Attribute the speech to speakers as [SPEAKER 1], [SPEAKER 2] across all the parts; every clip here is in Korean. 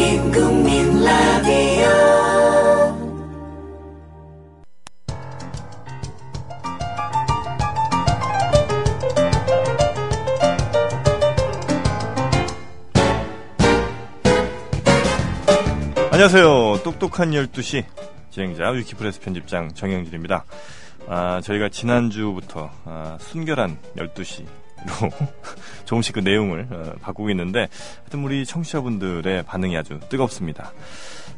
[SPEAKER 1] 국민 라디오
[SPEAKER 2] 안녕하세요. 똑똑한 12시 진행자 위키프레스 편집장 정영진입니다. 아, 저희가 지난주부터 아, 순결한 12시로 조금씩 그 내용을 어, 바꾸고 있는데 하여튼 우리 청취자분들의 반응이 아주 뜨겁습니다.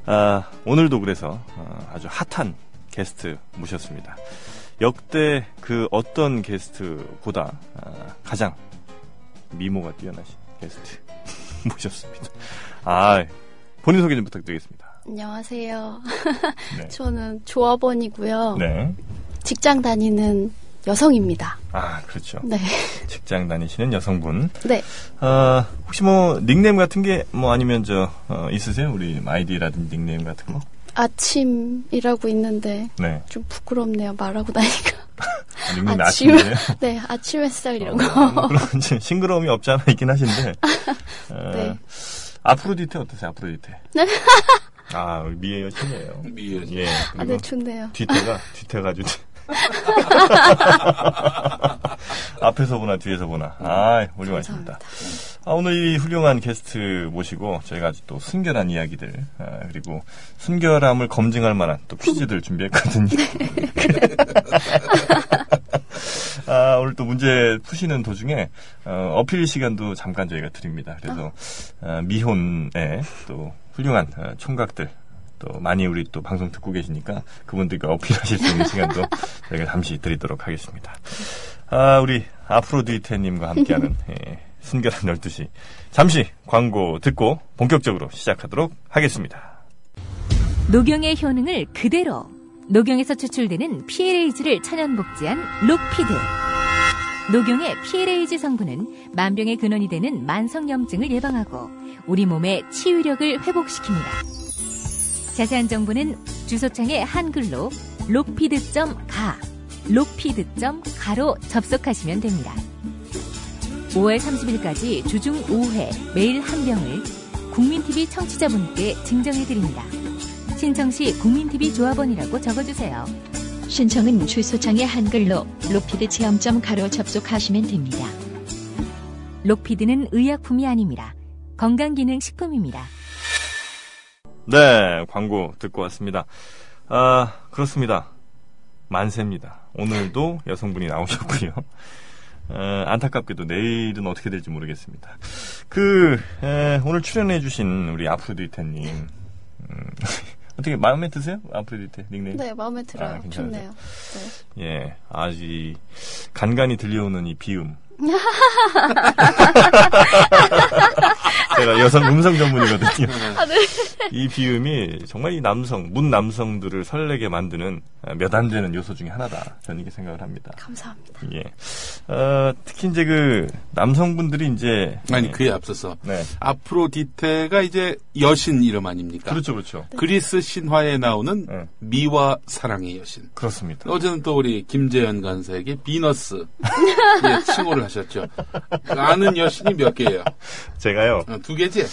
[SPEAKER 2] 아, 오늘도 그래서 어, 아주 핫한 게스트 모셨습니다. 역대 그 어떤 게스트보다 아, 가장 미모가 뛰어나신 게스트 모셨습니다. 아, 본인 소개 좀 부탁드리겠습니다.
[SPEAKER 3] 안녕하세요.
[SPEAKER 2] 네.
[SPEAKER 3] 저는 조합원이고요.
[SPEAKER 2] 네.
[SPEAKER 3] 직장 다니는 여성입니다.
[SPEAKER 2] 아, 그렇죠.
[SPEAKER 3] 네.
[SPEAKER 2] 직장 다니시는 여성분.
[SPEAKER 3] 네.
[SPEAKER 2] 아, 혹시 뭐 닉네임 같은 게 뭐 아니면 저 어, 있으세요? 우리 아이디라든지 닉네임 같은 거?
[SPEAKER 3] 아침이라고 있는데
[SPEAKER 2] 네.
[SPEAKER 3] 좀 부끄럽네요. 말하고 나니까.
[SPEAKER 2] 닉네임
[SPEAKER 3] 아침.
[SPEAKER 2] 음, 아침이에요.
[SPEAKER 3] 네. 아침 햇살 이런 거.
[SPEAKER 2] 어, 뭐 그런 이제 싱그러움이 없지 않아 있긴 하신데. 어,
[SPEAKER 3] 네.
[SPEAKER 2] 아프로디테 어떠세요? 아프로디테. 아, 우리 미의 여신이에요.
[SPEAKER 4] 미의 여신.
[SPEAKER 2] 예.
[SPEAKER 3] 아,
[SPEAKER 2] 그리고
[SPEAKER 3] 네, 좋네요.
[SPEAKER 2] 뒤태가 뒤태가 아주 앞에서 보나 뒤에서 보나. 아, 훌륭하십니다.
[SPEAKER 3] 감사합니다.
[SPEAKER 2] 아, 오늘 이 훌륭한 게스트 모시고 저희가 아주 또 순결한 이야기들 아, 그리고 순결함을 검증할 만한 또 퀴즈들 준비했거든요. 아, 오늘 또 문제 푸시는 도중에 어, 필 시간도 잠깐 저희가 드립니다. 그래서 아, 미혼의 또 훌륭한 어, 총각들 또 많이 우리 또 방송 듣고 계시니까 그분들과 어필하실 수 있는 시간도 저희가 잠시 드리도록 하겠습니다. 아, 우리 아프로디테님과 함께하는 예, 순결한 12시. 잠시 광고 듣고 본격적으로 시작하도록 하겠습니다.
[SPEAKER 5] 녹용의 효능을 그대로 녹용에서 추출되는 PLAG를 천연복지한 록피드 녹용의 PLAG 성분은 만병의 근원이 되는 만성염증을 예방하고 우리 몸의 치유력을 회복시킵니다. 자세한 정보는 주소창에 한글로 록피드.가 록피드.가로 접속하시면 됩니다. 5월 30일까지 주중 5회 매일 한 병을 국민TV 청취자분께 증정해드립니다. 신청 시 국민TV 조합원이라고 적어주세요.
[SPEAKER 6] 신청은 주소창에 한글로 로피드 체험점 가로 접속하시면 됩니다.
[SPEAKER 5] 록피드는 의약품이 아닙니다. 건강기능식품입니다.
[SPEAKER 2] 네, 광고 듣고 왔습니다. 아, 그렇습니다. 만세입니다. 오늘도 여성분이 나오셨고요. 어, 안타깝게도 내일은 어떻게 될지 모르겠습니다. 그, 에, 오늘 출연해주신 우리 아프로디테님. 음, 어떻게 마음에 드세요? 아프로디테 닉네임?
[SPEAKER 3] 네, 마음에 들어요.
[SPEAKER 2] 아, 괜찮아요.
[SPEAKER 3] 좋네요.
[SPEAKER 2] 예, 아주 간간히 들려오는 이 비음. 제가 여성 음성 전문이거든요.
[SPEAKER 4] 아, 네.
[SPEAKER 2] 이 비음이 정말 이 남성, 문 남성들을 설레게 만드는 아, 몇 안 되는 요소 중에 하나다. 저는 이렇게 생각을 합니다.
[SPEAKER 3] 감사합니다.
[SPEAKER 2] 예. 어, 특히 이제 그 남성분들이 이제
[SPEAKER 4] 아니
[SPEAKER 2] 예.
[SPEAKER 4] 그에 앞서서
[SPEAKER 2] 네.
[SPEAKER 4] 아프로디테가 이제 여신 이름 아닙니까?
[SPEAKER 2] 그렇죠, 그렇죠.
[SPEAKER 4] 리스 신화에 나오는
[SPEAKER 2] 네.
[SPEAKER 4] 미와 사랑의 여신.
[SPEAKER 2] 그렇습니다.
[SPEAKER 4] 어제는 또 우리 김재현 간사에게 비너스 예, 칭호를 하셨죠. 아는 여신이 몇 개예요?
[SPEAKER 2] 제가요.
[SPEAKER 4] 어, 두 개지?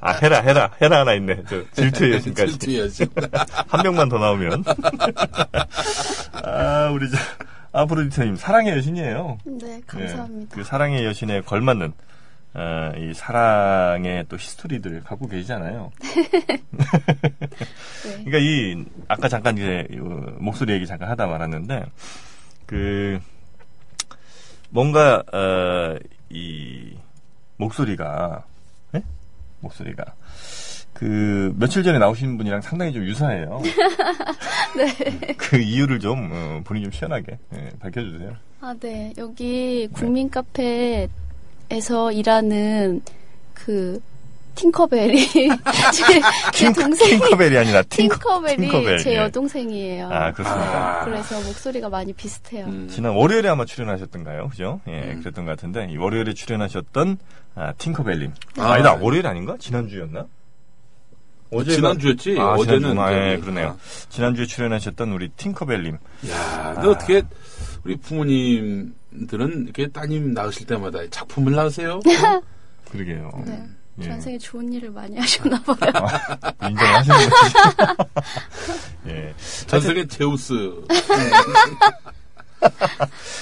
[SPEAKER 2] 아, 헤라, 헤라, 헤라 하나 있네. 저 질투의 여신까지.
[SPEAKER 4] 질투의 여신.
[SPEAKER 2] 한 명만 더 나오면. 아, 우리 저, 아프로디테님, 사랑의 여신이에요.
[SPEAKER 3] 네,
[SPEAKER 2] 예,
[SPEAKER 3] 감사합니다.
[SPEAKER 2] 그 사랑의 여신에 걸맞는, 어, 이 사랑의 또 히스토리들 갖고 계시잖아요.
[SPEAKER 3] 네.
[SPEAKER 2] 그러니까 이, 아까 잠깐 이제, 이, 어, 목소리 얘기 잠깐 하다 말았는데, 그, 뭔가, 어, 이, 목소리가, 예? 목소리가. 그, 며칠 전에 나오신 분이랑 상당히 좀 유사해요.
[SPEAKER 3] 네.
[SPEAKER 2] 그 이유를 좀, 어, 본인 좀 시원하게 예, 밝혀주세요.
[SPEAKER 3] 아, 네. 여기 국민
[SPEAKER 2] 네.
[SPEAKER 3] 카페에서 일하는 그 팅커벨이 제, 제 아, 네, 동생이
[SPEAKER 2] 팅커벨이 아니라 팅커,
[SPEAKER 3] 팅커벨이
[SPEAKER 2] 팅커벨,
[SPEAKER 3] 제
[SPEAKER 2] 예.
[SPEAKER 3] 여동생이에요. 네,
[SPEAKER 2] 아, 그렇습니다.
[SPEAKER 4] 아.
[SPEAKER 3] 그래서 목소리가 많이 비슷해요.
[SPEAKER 4] 음.
[SPEAKER 2] 지난 월요일에 아마 출연하셨던가요? 그죠? 예,
[SPEAKER 4] 음.
[SPEAKER 2] 그랬던 것 같은데, 이 월요일에 출연하셨던, 아, 팅커벨님.
[SPEAKER 4] 아.
[SPEAKER 2] 아, 니다 월요일 아닌가? 지난주였나? 어제가-
[SPEAKER 4] 지난주였지?
[SPEAKER 2] 아,
[SPEAKER 4] 어제는.
[SPEAKER 2] 지난주, 아, 예,
[SPEAKER 4] 저기,
[SPEAKER 2] 그러네요. 지난주에 출연하셨던 우리 팅커벨님.
[SPEAKER 4] 야,
[SPEAKER 2] 아.
[SPEAKER 4] 근데 어떻게 우리 부모님들은 이렇게 따님 낳으실 때마다 작품을 낳으세요?
[SPEAKER 2] 그러게요.
[SPEAKER 3] 네.
[SPEAKER 2] 예. 뭐
[SPEAKER 3] 전생에 좋은 일을 많이 하셨나 봐요.
[SPEAKER 2] 인정하시는 거지. 예.
[SPEAKER 4] 전세계 제우스.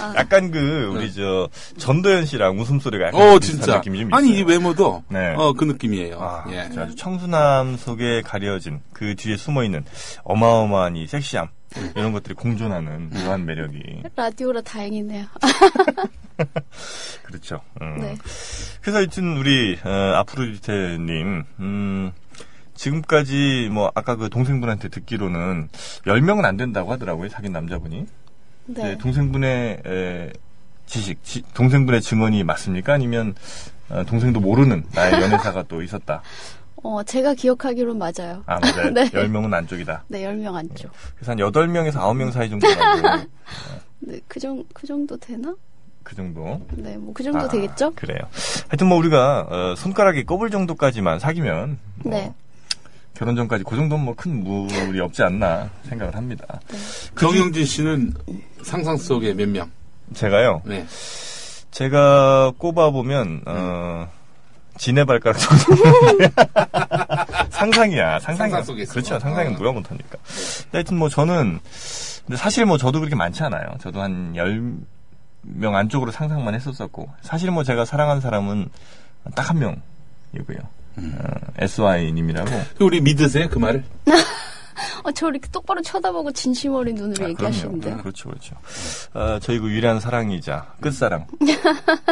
[SPEAKER 3] 아.
[SPEAKER 2] 약간 그 우리 저 전도연 씨랑 웃음소리가 약간
[SPEAKER 4] 네. 어,
[SPEAKER 2] 비슷한
[SPEAKER 4] 진짜.
[SPEAKER 2] 느낌이 좀 있어요.
[SPEAKER 4] 아니, 이 외모도,
[SPEAKER 2] 네.
[SPEAKER 4] 어, 그 느낌이에요.
[SPEAKER 2] 아,
[SPEAKER 4] 예.
[SPEAKER 2] 진짜 아주 청순함 속에 가려진 그 뒤에 숨어 있는 어마어마한 이 섹시함 이런 것들이 공존하는 묘한 매력이
[SPEAKER 3] 라디오라 다행이네요.
[SPEAKER 2] 그렇죠. 음.
[SPEAKER 3] 네.
[SPEAKER 2] 그래서 하여튼 우리 어, 아프로디테님 음, 지금까지 뭐 아까 그 동생분한테 듣기로는 10명은 안 된다고 하더라고요 사귄 남자분이
[SPEAKER 3] 네.
[SPEAKER 2] 네, 동생분의 에, 지식 지- 동생분의 증언이 맞습니까 아니면 어, 동생도 모르는 나의 연애사가 또 있었다
[SPEAKER 3] 어, 제가 기억하기로는 맞아요.
[SPEAKER 2] 아 맞아요
[SPEAKER 3] 네.
[SPEAKER 2] 10명은 안쪽이다
[SPEAKER 3] 네, 10명 안쪽.
[SPEAKER 2] 그래서 한 8명에서 9명 사이 정도라고
[SPEAKER 3] 네, 그, 정, 그 정도 되나?
[SPEAKER 2] 그 정도
[SPEAKER 3] 네, 뭐 그 정도
[SPEAKER 2] 아,
[SPEAKER 3] 되겠죠?
[SPEAKER 2] 그래요 하여튼 뭐 우리가 어, 손가락이 꼽을 정도까지만 사귀면 뭐
[SPEAKER 3] 네.
[SPEAKER 2] 결혼 전까지 그 정도는 뭐 큰 무리 없지 않나 생각을 합니다. 그
[SPEAKER 4] 정영진 씨는 상상 속에 몇 명?
[SPEAKER 2] 제가요,
[SPEAKER 4] 네.
[SPEAKER 2] 제가 꼽아보면, 어, 지네 발가락 정도. 상상이야, 상상이야.
[SPEAKER 4] 상상 속에서.
[SPEAKER 2] 그렇죠, 상상은
[SPEAKER 4] 어.
[SPEAKER 2] 누가 못하니까. 하여튼 뭐 저는, 근데 사실 뭐 저도 그렇게 많지 않아요. 저도 한 열 명 안쪽으로 상상만 했었었고, 사실 뭐 제가 사랑한 사람은 딱 한 명이고요. 음. 어, SY님이라고.
[SPEAKER 4] 우리 믿으세요, 그 말을?
[SPEAKER 3] 어, 저 이렇게 똑바로 쳐다보고 진심 어린
[SPEAKER 2] 아,
[SPEAKER 3] 눈으로 얘기하시는데요.
[SPEAKER 2] 그렇죠, 그렇죠. 어, 저희 그 유일한 사랑이자 끝사랑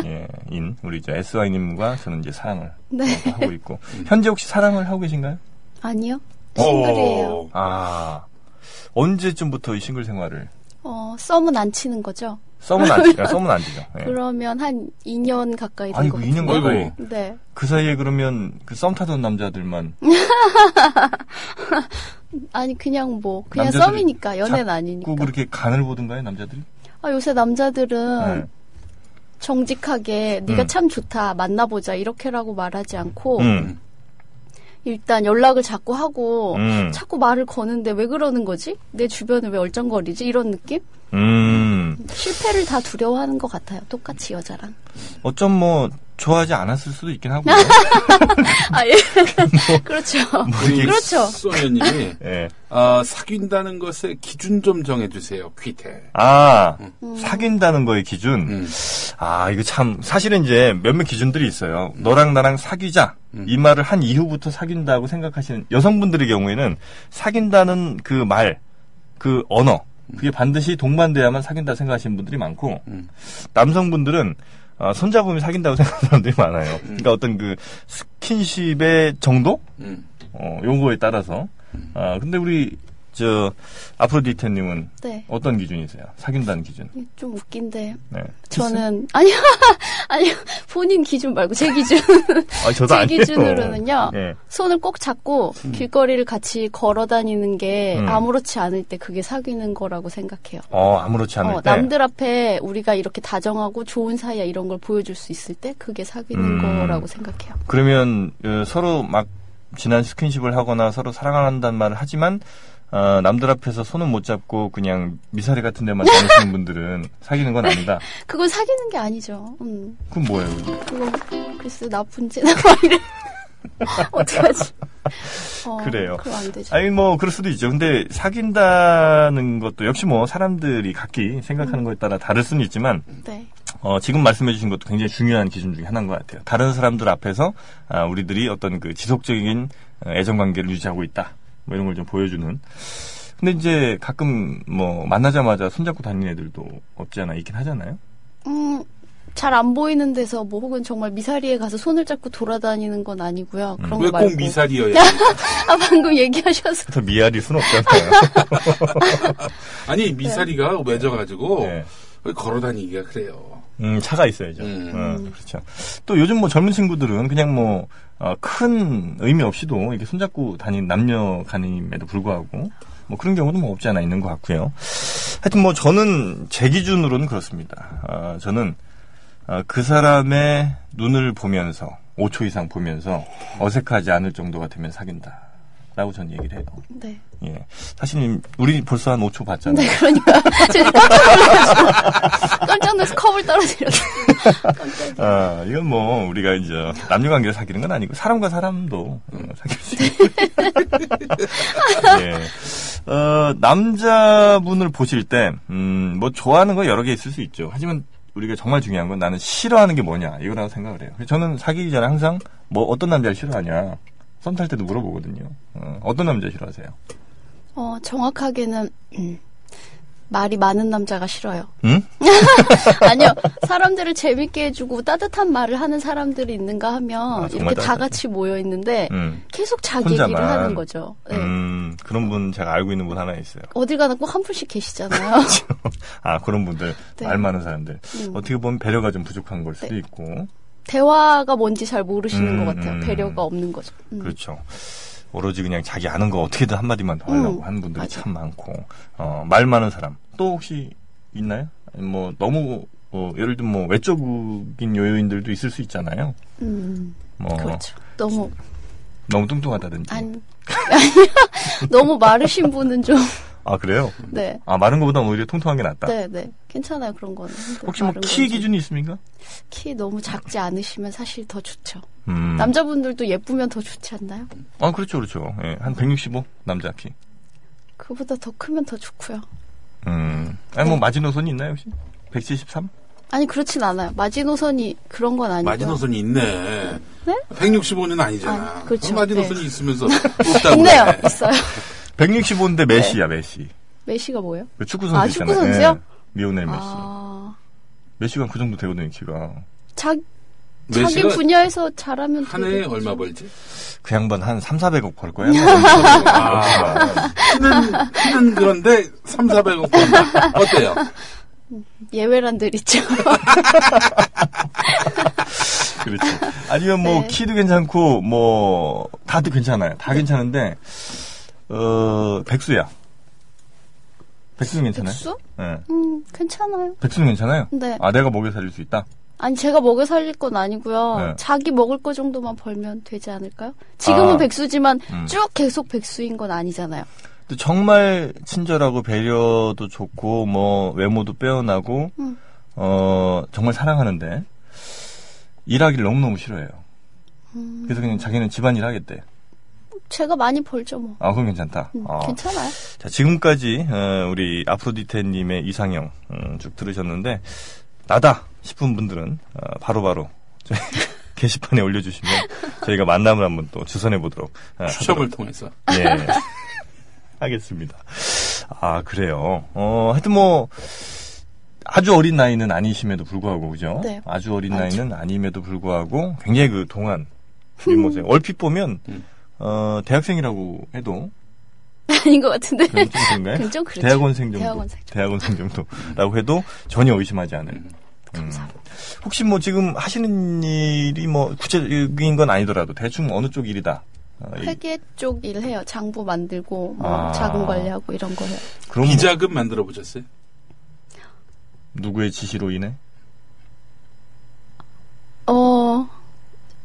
[SPEAKER 2] 예, 인 우리 이제 SY님과 저는 이제 사랑을
[SPEAKER 3] 네.
[SPEAKER 2] 하고 있고 현재 혹시 사랑을 하고 계신가요?
[SPEAKER 3] 아니요. 싱글이에요.
[SPEAKER 4] 오.
[SPEAKER 2] 아 언제쯤부터 이 싱글 생활을
[SPEAKER 3] 어, 썸은 안 치는 거죠?
[SPEAKER 2] 썸은 안 되죠. 썸은 안 되죠. 예.
[SPEAKER 3] 그러면 한 2년 가까이 된
[SPEAKER 2] 아이고
[SPEAKER 3] 것
[SPEAKER 2] 2년
[SPEAKER 3] 같아요.
[SPEAKER 2] 가까이
[SPEAKER 4] 아이고.
[SPEAKER 3] 네.
[SPEAKER 2] 그 사이에 그러면 그 썸 타던 남자들만
[SPEAKER 3] 아니, 그냥 뭐, 그냥
[SPEAKER 2] 남자들이
[SPEAKER 3] 썸이니까, 연애는 아니니까.
[SPEAKER 2] 꼭 그렇게 간을 보던가요 남자들이?
[SPEAKER 3] 아, 요새 남자들은
[SPEAKER 2] 네.
[SPEAKER 3] 정직하게 네가
[SPEAKER 2] 음.
[SPEAKER 3] 참 좋다 만나보자 이렇게라고 말하지 않고
[SPEAKER 2] 음,
[SPEAKER 3] 일단 연락을 자꾸 하고
[SPEAKER 2] 음.
[SPEAKER 3] 자꾸 말을 거는데 왜 그러는 거지? 내 주변을 왜 얼쩡거리지? 이런 느낌?
[SPEAKER 2] 음.
[SPEAKER 3] 실패를 다 두려워하는 것 같아요. 똑같이 여자랑.
[SPEAKER 2] 어쩜 뭐 좋아하지 않았을 수도 있긴 하고요.
[SPEAKER 3] 아 예. 그렇죠.
[SPEAKER 4] 우리
[SPEAKER 3] 그렇죠.
[SPEAKER 4] 소녀님이,
[SPEAKER 2] 예.
[SPEAKER 4] 아, 사귄다는 것의 기준 좀 정해주세요, 퀴테.
[SPEAKER 2] 아
[SPEAKER 3] 음.
[SPEAKER 2] 사귄다는 거의 기준.
[SPEAKER 4] 음.
[SPEAKER 2] 아, 이거 참, 사실은 이제 몇몇 기준들이 있어요. 너랑 나랑 사귀자. 이 말을 한 이후부터 사귄다고 생각하시는 여성분들의 경우에는 사귄다는 그 말, 그 언어, 그게 반드시 동반돼야만 사귄다 생각하시는 분들이 많고,
[SPEAKER 4] 음.
[SPEAKER 2] 남성분들은 아, 손잡으면 사귄다고 생각하는 사람들이 많아요. 그러니까 어떤 그 스킨십의 정도?
[SPEAKER 4] 음.
[SPEAKER 2] 어, 요거에 따라서. 아, 근데 우리, 저, 아프로디테님은
[SPEAKER 3] 네.
[SPEAKER 2] 어떤 기준이세요? 사귄다는 기준.
[SPEAKER 3] 좀 웃긴데
[SPEAKER 2] 네.
[SPEAKER 3] 저는 아니요 아니요 본인 기준 말고 제 기준
[SPEAKER 2] 아, 저도
[SPEAKER 3] 제
[SPEAKER 2] 아니에요.
[SPEAKER 3] 기준으로는요.
[SPEAKER 2] 예.
[SPEAKER 3] 손을 꼭 잡고 길거리를 같이 걸어 다니는 게
[SPEAKER 2] 음.
[SPEAKER 3] 아무렇지 않을 때 그게 사귀는 거라고 생각해요.
[SPEAKER 2] 어, 아무렇지 않을
[SPEAKER 3] 어,
[SPEAKER 2] 때.
[SPEAKER 3] 남들 앞에 우리가 이렇게 다정하고 좋은 사이야 이런 걸 보여줄 수 있을 때 그게 사귀는
[SPEAKER 2] 음.
[SPEAKER 3] 거라고 생각해요.
[SPEAKER 2] 그러면 어, 서로 막 지난 스킨십을 하거나 서로 사랑한다는 말을 하지만 어, 남들 앞에서 손은 못 잡고 그냥 미사리 같은 데만 다니시는 분들은 사귀는 건 아니다.
[SPEAKER 3] 그건 사귀는 게 아니죠. 음,
[SPEAKER 2] 그건 뭐예요?
[SPEAKER 3] 그건 글쎄 나쁜 짓나 뭐 이래. 어떡하지? 어,
[SPEAKER 2] 그래요.
[SPEAKER 3] 그럼 안 되죠.
[SPEAKER 2] 아니 뭐 그럴 수도 있죠. 근데 사귄다는 것도 역시 뭐 사람들이 각기 생각하는
[SPEAKER 3] 음.
[SPEAKER 2] 거에 따라 다를 수는 있지만
[SPEAKER 3] 네.
[SPEAKER 2] 어, 지금 말씀해주신 것도 굉장히 중요한 기준 중에 하나인 것 같아요. 다른 사람들 앞에서 아, 우리들이 어떤 그 지속적인 어, 애정 관계를 유지하고 있다. 뭐 이런 걸 좀 보여주는. 근데 이제 가끔 뭐 만나자마자 손잡고 다니는 애들도 없지 않아 있긴 하잖아요.
[SPEAKER 3] 음, 잘 안 보이는 데서 뭐 혹은 정말 미사리에 가서 손을 잡고 돌아다니는 건 아니고요.
[SPEAKER 2] 음.
[SPEAKER 3] 그런 거
[SPEAKER 4] 왜
[SPEAKER 3] 뭐 말고.
[SPEAKER 4] 꼭 미사리여야?
[SPEAKER 3] 아 방금 얘기하셔서
[SPEAKER 2] 더 미아릴 순 없잖아요.
[SPEAKER 3] 네.
[SPEAKER 4] 아니, 미사리가 외져가지고,
[SPEAKER 2] 네.
[SPEAKER 4] 걸어다니기가 그래요.
[SPEAKER 2] 음, 차가 있어야죠.
[SPEAKER 4] 음.
[SPEAKER 2] 어, 그렇죠. 또 요즘 뭐 젊은 친구들은 그냥 뭐, 어, 큰 의미 없이도 이렇게 손잡고 다니는 남녀 간임에도 불구하고, 뭐 그런 경우도 뭐 없지 않아 있는 것 같고요. 하여튼 뭐 저는 제 기준으로는 그렇습니다. 아, 저는 아, 그 사람의 눈을 보면서, 5초 이상 보면서 어색하지 않을 정도가 되면 사귄다. 라고 전 얘기를 해요.
[SPEAKER 3] 네.
[SPEAKER 2] 예. 사실님, 우리 벌써 한 5초 봤잖아요.
[SPEAKER 3] 네, 그러니까. 제가 깜짝 놀라서. 깜짝 놀라서 컵을 떨어뜨렸어요.
[SPEAKER 2] 아, 이건 뭐, 우리가 이제, 남녀 관계를 사귀는 건 아니고, 사람과 사람도 어, 사귈 수 있는. 예. 어, 남자분을 보실 때, 음, 뭐, 좋아하는 거 여러 개 있을 수 있죠. 하지만, 우리가 정말 중요한 건 나는 싫어하는 게 뭐냐, 이거라고 생각을 해요. 그래서 저는 사귀기 전에 항상, 뭐, 어떤 남자를 싫어하냐, 썸 탈 때도 물어보거든요. 어, 떤 남자 싫어하세요?
[SPEAKER 3] 어, 정확하게는, 음, 말이 많은 남자가 싫어요.
[SPEAKER 2] 응?
[SPEAKER 3] 아니요. 사람들을 재밌게 해주고 따뜻한 말을 하는 사람들이 있는가 하면
[SPEAKER 2] 아, 정말
[SPEAKER 3] 이렇게 다
[SPEAKER 2] 따뜻하죠.
[SPEAKER 3] 같이 모여 있는데
[SPEAKER 2] 음.
[SPEAKER 3] 계속 자기
[SPEAKER 2] 혼자만.
[SPEAKER 3] 얘기를 하는 거죠. 네.
[SPEAKER 2] 음, 그런 분 제가 알고 있는 분 하나 있어요.
[SPEAKER 3] 어딜 가나 꼭 한 분씩 계시잖아요.
[SPEAKER 2] 아, 그런 분들.
[SPEAKER 3] 네.
[SPEAKER 2] 말 많은 사람들.
[SPEAKER 3] 음. 네.
[SPEAKER 2] 어떻게 보면 배려가 좀 부족한 걸 수도 있고.
[SPEAKER 3] 대화가 뭔지 잘 모르시는
[SPEAKER 2] 음,
[SPEAKER 3] 것 같아요.
[SPEAKER 2] 음.
[SPEAKER 3] 배려가 없는 거죠. 음.
[SPEAKER 2] 그렇죠. 오로지 그냥 자기 아는 거 어떻게든 한마디만 더 하려고
[SPEAKER 3] 음,
[SPEAKER 2] 하는 분들이
[SPEAKER 3] 맞아.
[SPEAKER 2] 참 많고. 어, 말 많은 사람. 또 혹시 있나요? 아니, 뭐, 너무, 어, 예를 들면 뭐, 외적인 요인들도 있을 수 있잖아요.
[SPEAKER 3] 음,
[SPEAKER 2] 뭐,
[SPEAKER 3] 그렇죠. 너무
[SPEAKER 2] 너무 뚱뚱하다든지.
[SPEAKER 3] 아니 너무 마르신 분은 좀
[SPEAKER 2] 아, 그래요?
[SPEAKER 3] 네.
[SPEAKER 2] 아, 마른 것보다 오히려 통통한 게 낫다.
[SPEAKER 3] 네, 네. 괜찮아요. 그런 거는. 근데
[SPEAKER 2] 아. 혹시 뭐,
[SPEAKER 3] 마른
[SPEAKER 2] 키
[SPEAKER 3] 건 좀-
[SPEAKER 2] 기준이 있습니까?
[SPEAKER 3] 키 너무 작지 않으시면 사실 더 좋죠.
[SPEAKER 2] 음.
[SPEAKER 3] 남자분들도 예쁘면 더 좋지 않나요?
[SPEAKER 2] 아, 그렇죠, 그렇죠. 예, 한 165? 남자 키.
[SPEAKER 3] 그보다 더 크면 더 좋고요.
[SPEAKER 2] 음. 아니,
[SPEAKER 3] 네.
[SPEAKER 2] 뭐, 마지노선이 있나요, 혹시? 173?
[SPEAKER 3] 아니 그렇진 않아요. 마지노선이 그런 건 아니고요.
[SPEAKER 4] 마지노선이 있네. 165는 아니잖아.
[SPEAKER 3] 아, 그렇죠.
[SPEAKER 4] 그럼 마지노선이
[SPEAKER 3] 네.
[SPEAKER 4] 있으면서 없다고.
[SPEAKER 3] 있네요.
[SPEAKER 4] 그래.
[SPEAKER 3] 있어요.
[SPEAKER 2] 165인데 메시야, 메시.
[SPEAKER 3] 메시가 뭐예요?
[SPEAKER 2] 그 축구
[SPEAKER 3] 네. 아,
[SPEAKER 2] 선수
[SPEAKER 3] 축구
[SPEAKER 2] 있잖아요.
[SPEAKER 3] 선수요?
[SPEAKER 2] 미오넬 메시.
[SPEAKER 3] 아,
[SPEAKER 2] 메시가 그 정도 되거든요, 키가.
[SPEAKER 3] 자, 자기
[SPEAKER 4] 메시가
[SPEAKER 3] 분야에서 잘하면
[SPEAKER 4] 한
[SPEAKER 3] 되게
[SPEAKER 4] 해에
[SPEAKER 3] 좋죠.
[SPEAKER 4] 얼마 벌지?
[SPEAKER 2] 그 양반 한 3, 400억 벌뭐 거야.
[SPEAKER 4] 아, 키는, 키는 그런데 3, 400원 다 어때요?
[SPEAKER 3] 예외란들 있죠.
[SPEAKER 2] 그렇지. 아니면 뭐,
[SPEAKER 3] 네.
[SPEAKER 2] 키도 괜찮고, 뭐, 다도 괜찮아요. 다 괜찮은데, 어, 백수야. 백수는 괜찮아요?
[SPEAKER 3] 백수?
[SPEAKER 2] 예.
[SPEAKER 3] 음, 괜찮아요.
[SPEAKER 2] 백수는 괜찮아요?
[SPEAKER 3] 네.
[SPEAKER 2] 아, 내가 먹여 살릴 수 있다?
[SPEAKER 3] 아니 제가 먹여 살릴 건 아니고요.
[SPEAKER 2] 네.
[SPEAKER 3] 자기 먹을 거 정도만 벌면 되지 않을까요? 지금은
[SPEAKER 2] 아.
[SPEAKER 3] 백수지만
[SPEAKER 2] 음.
[SPEAKER 3] 쭉 계속 백수인 건 아니잖아요.
[SPEAKER 2] 근데 정말 친절하고 배려도 좋고 뭐 외모도 빼어나고
[SPEAKER 3] 음.
[SPEAKER 2] 어 정말 사랑하는데 일하기를 너무너무 싫어해요.
[SPEAKER 3] 음,
[SPEAKER 2] 그래서 그냥 자기는 집안일 하겠대.
[SPEAKER 3] 제가 많이 벌죠 뭐.
[SPEAKER 2] 아 그건 괜찮다.
[SPEAKER 3] 음,
[SPEAKER 2] 아.
[SPEAKER 3] 괜찮아요.
[SPEAKER 2] 자 지금까지 어, 우리 아프로디테님의 이상형 음, 쭉 들으셨는데 나다 싶은 분들은 어, 바로바로 저희 게시판에 올려주시면 저희가 만남을 한번 또 주선해 보도록 어,
[SPEAKER 4] 추첨을 통해서.
[SPEAKER 2] 예. 하겠습니다. 아, 그래요. 어, 하여튼 뭐, 아주 어린 나이는 아니심에도 불구하고, 그죠?
[SPEAKER 3] 네.
[SPEAKER 2] 아주 어린
[SPEAKER 3] 아주.
[SPEAKER 2] 나이는 아님에도 불구하고, 굉장히 그 동안, 모세 얼핏 보면,
[SPEAKER 4] 음.
[SPEAKER 2] 어, 대학생이라고 해도,
[SPEAKER 3] 아닌 것 같은데.
[SPEAKER 2] 그럼 좀 그런가요?
[SPEAKER 3] 그럼 좀 그렇죠.
[SPEAKER 2] 네? 대학원생 정도.
[SPEAKER 3] 대학원생 정도.
[SPEAKER 2] 대학원생 정도라고 해도 전혀 의심하지 않을. 음. 혹시 뭐 지금 하시는 일이 뭐 구체적인 건 아니더라도 대충 어느 쪽 일이다. 어, 이-
[SPEAKER 3] 회계 쪽 일 해요. 장부 만들고 뭐
[SPEAKER 2] 아.
[SPEAKER 3] 자금 관리하고 이런 거 해요.
[SPEAKER 2] 그럼
[SPEAKER 4] 비자금 만들어 보셨어요?
[SPEAKER 2] 누구의 지시로 인해?
[SPEAKER 3] 어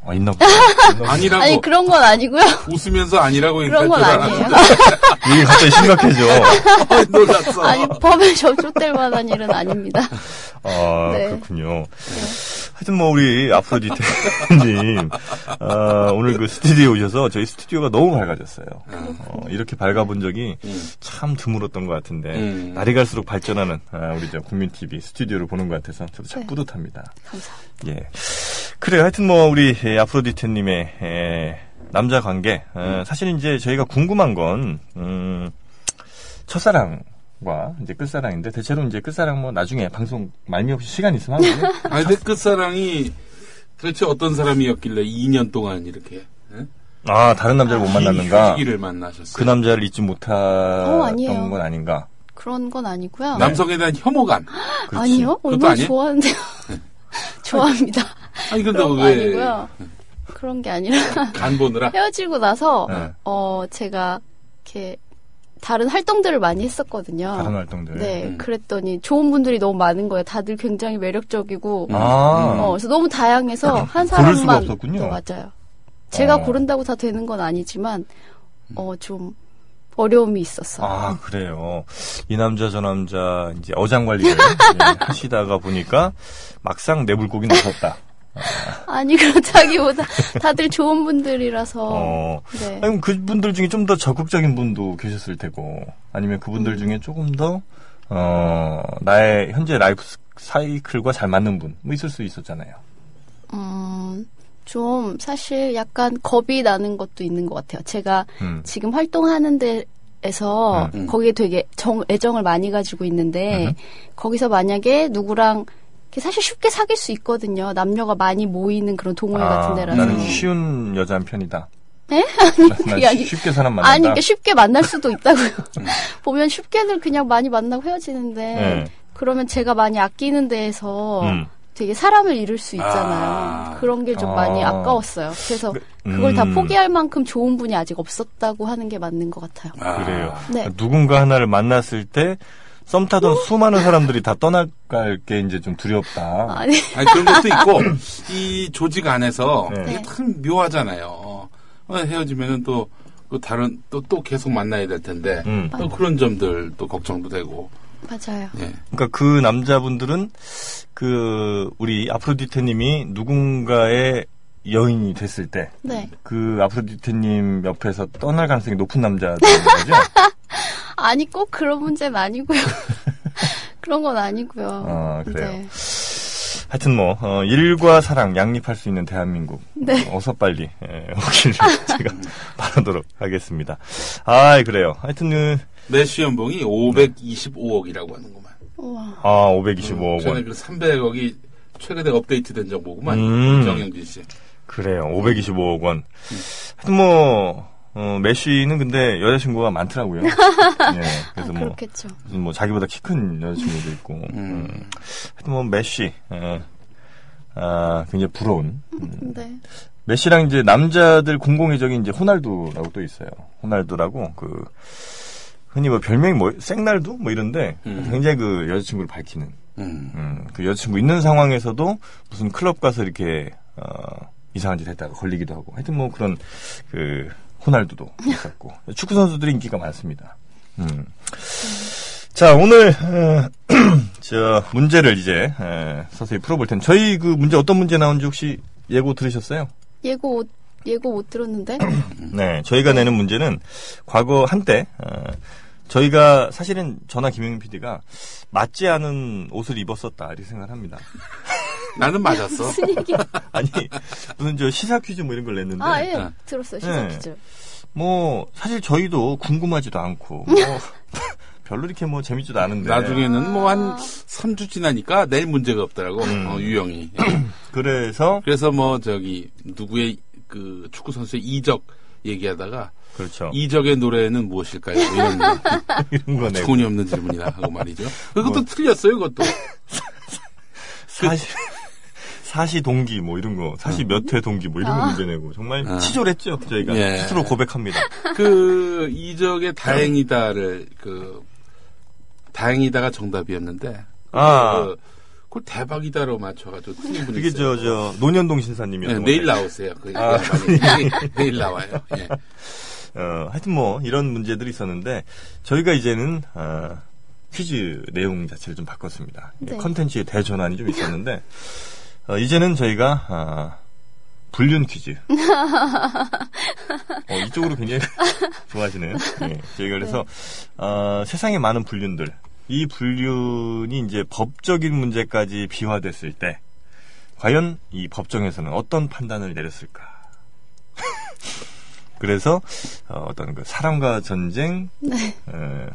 [SPEAKER 2] 아, 있나 보다.
[SPEAKER 4] 아니라고. 그러니까
[SPEAKER 3] 아니 그런 건 아니고요.
[SPEAKER 4] 웃으면서 아니라고 얘기할
[SPEAKER 3] 그런 건
[SPEAKER 4] 줄
[SPEAKER 3] 아니에요.
[SPEAKER 4] 알았는데
[SPEAKER 2] 이게 갑자기 심각해져.
[SPEAKER 4] 놀랐어.
[SPEAKER 3] 아니 법에 접촉될 만한 일은 아닙니다.
[SPEAKER 2] 아,
[SPEAKER 3] 네.
[SPEAKER 2] 그렇군요. 하여튼 뭐, 우리 아프로디테님, 아, 오늘 그 스튜디오에 오셔서 저희 스튜디오가 너무 밝아졌어요. 어, 이렇게 밝아본 적이
[SPEAKER 4] 음.
[SPEAKER 2] 참 드물었던 것 같은데,
[SPEAKER 4] 음.
[SPEAKER 2] 날이 갈수록 발전하는 아, 우리 저 국민TV 스튜디오를 보는 것 같아서 저도 참
[SPEAKER 3] 네.
[SPEAKER 2] 뿌듯합니다.
[SPEAKER 3] 감사합니다.
[SPEAKER 2] 예. 그래요. 하여튼 뭐 우리 예, 아프로디테님의 예, 남자 관계. 어,
[SPEAKER 4] 음.
[SPEAKER 2] 사실 이제 저희가 궁금한 건 음, 첫사랑과 이제 끝사랑인데 대체로 이제 끝사랑 뭐 나중에 방송 말미없이 시간 있으면 하거든요.
[SPEAKER 4] 아니, 근데 끝사랑이 도대체 어떤 사람이었길래 2년 동안 이렇게 예?
[SPEAKER 2] 아 다른 남자를 못 만났는가?
[SPEAKER 4] 긴 휴지기를 만나셨어요.
[SPEAKER 2] 그 남자를 잊지 못했던
[SPEAKER 3] 어, 아니에요.
[SPEAKER 2] 건 아닌가?
[SPEAKER 3] 그런 건 아니고요.
[SPEAKER 4] 남성에 대한 혐오감.
[SPEAKER 2] 그렇지.
[SPEAKER 3] 아니요.
[SPEAKER 4] 그것도
[SPEAKER 3] 얼마나
[SPEAKER 4] 아니에요?
[SPEAKER 3] 좋아하는데요. 좋아합니다.
[SPEAKER 4] 아니 근데
[SPEAKER 3] 그런 거
[SPEAKER 4] 왜
[SPEAKER 3] 아니고요. 그런 게 아니라
[SPEAKER 4] 간 보느라
[SPEAKER 3] 헤어지고 나서
[SPEAKER 2] 네.
[SPEAKER 3] 어 제가 이렇게 다른 활동들을 많이 했었거든요.
[SPEAKER 2] 다른 활동들.
[SPEAKER 3] 네,
[SPEAKER 4] 음.
[SPEAKER 3] 그랬더니 좋은 분들이 너무 많은 거예요. 다들 굉장히 매력적이고,
[SPEAKER 2] 아,
[SPEAKER 3] 어, 그래서 너무 다양해서
[SPEAKER 2] 고를
[SPEAKER 3] 한
[SPEAKER 2] 수가
[SPEAKER 3] 사람만
[SPEAKER 2] 없었군요.
[SPEAKER 3] 네, 맞아요. 제가
[SPEAKER 2] 어. 음.
[SPEAKER 3] 고른다고 다 되는 건 아니지만 어, 좀 어려움이 있었어요.
[SPEAKER 2] 아, 그래요. 이 남자, 저 남자, 이제 어장관리를 예, 하시다가 보니까 막상 내 물고기 나섰다.
[SPEAKER 3] 아니, 그렇다기보다 다들 좋은 분들이라서.
[SPEAKER 2] 어.
[SPEAKER 3] 네.
[SPEAKER 2] 아니면 그분들 중에 좀 더 적극적인 분도 계셨을 테고, 아니면 그분들 중에 조금 더, 어, 나의 현재 라이프 사이클과 잘 맞는 분, 뭐 있을 수 있었잖아요.
[SPEAKER 3] 음, 좀 사실 약간 겁이 나는 것도 있는 것 같아요. 제가
[SPEAKER 2] 음.
[SPEAKER 3] 지금 활동하는 데에서
[SPEAKER 4] 음.
[SPEAKER 3] 거기에 되게 정, 애정을 많이 가지고 있는데 거기서 만약에 누구랑 이렇게 사실 쉽게 사귈 수 있거든요. 남녀가 많이 모이는 그런 동호회 같은 데라서.
[SPEAKER 2] 아, 나는 쉬운 여자 한 편이다.
[SPEAKER 3] 에?
[SPEAKER 2] 난
[SPEAKER 3] 그게 아니-
[SPEAKER 2] 쉽게 사람 만난다. 음.
[SPEAKER 3] 아니, 그러니까 쉽게 만날 수도 있다고요. 보면 쉽게는 그냥 많이 만나고 헤어지는데
[SPEAKER 2] 예.
[SPEAKER 3] 그러면 제가 많이 아끼는 데에서
[SPEAKER 2] 음.
[SPEAKER 3] 되게 사람을 잃을 수 있잖아요.
[SPEAKER 4] 아.
[SPEAKER 3] 그런 게 좀 많이
[SPEAKER 2] 아.
[SPEAKER 3] 아까웠어요. 그래서 그걸 다
[SPEAKER 2] 음.
[SPEAKER 3] 포기할 만큼 좋은 분이 아직 없었다고 하는 게 맞는 것 같아요.
[SPEAKER 4] 아,
[SPEAKER 2] 그래요.
[SPEAKER 3] 네. 음.
[SPEAKER 2] 누군가 하나를 만났을 때 썸 타던 수많은 사람들이 다 떠나갈 게 이제 좀 두렵다.
[SPEAKER 3] 아니,
[SPEAKER 4] 아니, 그런 것도 있고, 이 조직 안에서
[SPEAKER 2] 네.
[SPEAKER 4] 이게 참 묘하잖아요. 어, 헤어지면은 또, 그 다른, 또, 또 계속 만나야 될 텐데,
[SPEAKER 2] 음.
[SPEAKER 4] 또 그런 점들 또 걱정도 되고,
[SPEAKER 3] 맞아요.
[SPEAKER 4] 예.
[SPEAKER 2] 그러니까 그 남자분들은 그 우리 아프로디테님이 누군가의 여인이 됐을 때.
[SPEAKER 3] 네.
[SPEAKER 2] 그 아프로디테님 옆에서 떠날 가능성이 높은 남자 되는 거죠?
[SPEAKER 3] 아니, 꼭 그런 문제는 아니고요. 그런 건 아니고요.
[SPEAKER 2] 아, 그래요.
[SPEAKER 3] 네.
[SPEAKER 2] 하여튼 뭐 어, 일과 사랑 양립할 수 있는 대한민국
[SPEAKER 3] 네.
[SPEAKER 2] 어, 어서 빨리 예, 오기를 제가 바라도록 하겠습니다. 아 그래요. 하여튼 은
[SPEAKER 4] 내 시연봉이 525억이라고 하는구만.
[SPEAKER 3] 우와.
[SPEAKER 2] 아 525억
[SPEAKER 4] 전에
[SPEAKER 2] 원
[SPEAKER 4] 그 300억이 최근에 업데이트된 정보구만.
[SPEAKER 2] 음.
[SPEAKER 4] 정영진 씨.
[SPEAKER 2] 그래요. 525억 원. 하여튼 뭐 어, 메시는 근데 여자친구가 많더라고요. 예,
[SPEAKER 3] 아,
[SPEAKER 2] 그래서 뭐
[SPEAKER 3] 그렇겠죠.
[SPEAKER 2] 무슨 뭐 자기보다 키 큰 여자친구도 있고. 음.
[SPEAKER 4] 음.
[SPEAKER 2] 하여튼 뭐 메시 예. 아 굉장히 부러운
[SPEAKER 3] 네.
[SPEAKER 2] 메시랑 이제 남자들 공공의적인 이제 호날두라고 또 있어요. 호날두라고 그 흔히 뭐 별명이 뭐 생날두 뭐 이런데
[SPEAKER 4] 음.
[SPEAKER 2] 굉장히 그 여자친구를 밝히는
[SPEAKER 4] 음.
[SPEAKER 2] 음, 그 여자친구 있는 상황에서도 무슨 클럽 가서 이렇게 어, 이상한 짓 했다가 걸리기도 하고 하여튼 뭐 그런 그 호날두도 있었고 축구 선수들이 인기가 많습니다. 음. 자 오늘 어, 저 문제를 이제 에, 서서히 풀어볼 텐데 저희 그 문제 어떤 문제 나온지 혹시 예고 들으셨어요?
[SPEAKER 3] 예고 못, 예고 못 들었는데?
[SPEAKER 2] 네, 저희가 내는 문제는 과거 한때 어, 저희가 사실은 저나 김영민 PD가 맞지 않은 옷을 입었었다 이렇게 생각합니다.
[SPEAKER 4] 나는 맞았어.
[SPEAKER 3] 무슨 얘기야?
[SPEAKER 2] 아니 무슨 저 시사 퀴즈 뭐 이런 걸 냈는데
[SPEAKER 3] 아, 예.
[SPEAKER 4] 네.
[SPEAKER 3] 들었어요.
[SPEAKER 2] 네.
[SPEAKER 3] 시사 퀴즈.
[SPEAKER 2] 뭐 사실 저희도 궁금하지도 않고 뭐
[SPEAKER 3] 네.
[SPEAKER 2] 별로 이렇게 뭐 재밌지도 않은데
[SPEAKER 4] 나중에는 뭐 한 3주 지나니까 내일 문제가 없더라고.
[SPEAKER 2] 음.
[SPEAKER 4] 어, 유형이.
[SPEAKER 2] 그래서
[SPEAKER 4] 그래서 뭐 저기 누구의 그 축구 선수의 이적 얘기하다가
[SPEAKER 2] 그렇죠
[SPEAKER 4] 이적의 노래는 무엇일까요? 뭐 이런
[SPEAKER 2] 이런 거네 뭐.
[SPEAKER 4] 소이 없는 질문이다 하고 말이죠. 그것도 틀렸어요. 그것도 그
[SPEAKER 2] 사시 사시 동기 뭐 이런 거 사시 몇 회 동기 뭐 이런 거 문제 내고 정말
[SPEAKER 4] 아.
[SPEAKER 2] 치졸했죠 저희가
[SPEAKER 4] 예.
[SPEAKER 2] 스스로 고백합니다
[SPEAKER 4] 그 이적의 다행이다를 그 다행이다가 정답이었는데
[SPEAKER 2] 아
[SPEAKER 4] 그, 그걸 대박이다로 맞춰가지고 틀린 분이
[SPEAKER 2] 그게
[SPEAKER 4] 있어요.
[SPEAKER 2] 저 저 노년동
[SPEAKER 4] 네,
[SPEAKER 2] 신사님이었던
[SPEAKER 4] 내일
[SPEAKER 2] 것 같아요.
[SPEAKER 4] 나오세요. 그
[SPEAKER 2] 아.
[SPEAKER 4] 양반이. 내일 나와요. 예.
[SPEAKER 2] 어, 하여튼 뭐 이런 문제들이 있었는데 저희가 이제는 어, 퀴즈 내용 자체를 좀 바꿨습니다.
[SPEAKER 3] 네.
[SPEAKER 2] 컨텐츠의 대전환이 좀 있었는데 어, 이제는 저희가 아, 불륜 퀴즈. 어, 이쪽으로 굉장히 좋아하시네요. 예, 저희가 그래서 어, 세상의 많은 불륜들 이 불륜이 이제 법적인 문제까지 비화됐을 때 과연 이 법정에서는 어떤 판단을 내렸을까? 그래서 어, 어떤 그 사람과 전쟁
[SPEAKER 3] 네.
[SPEAKER 2] 어,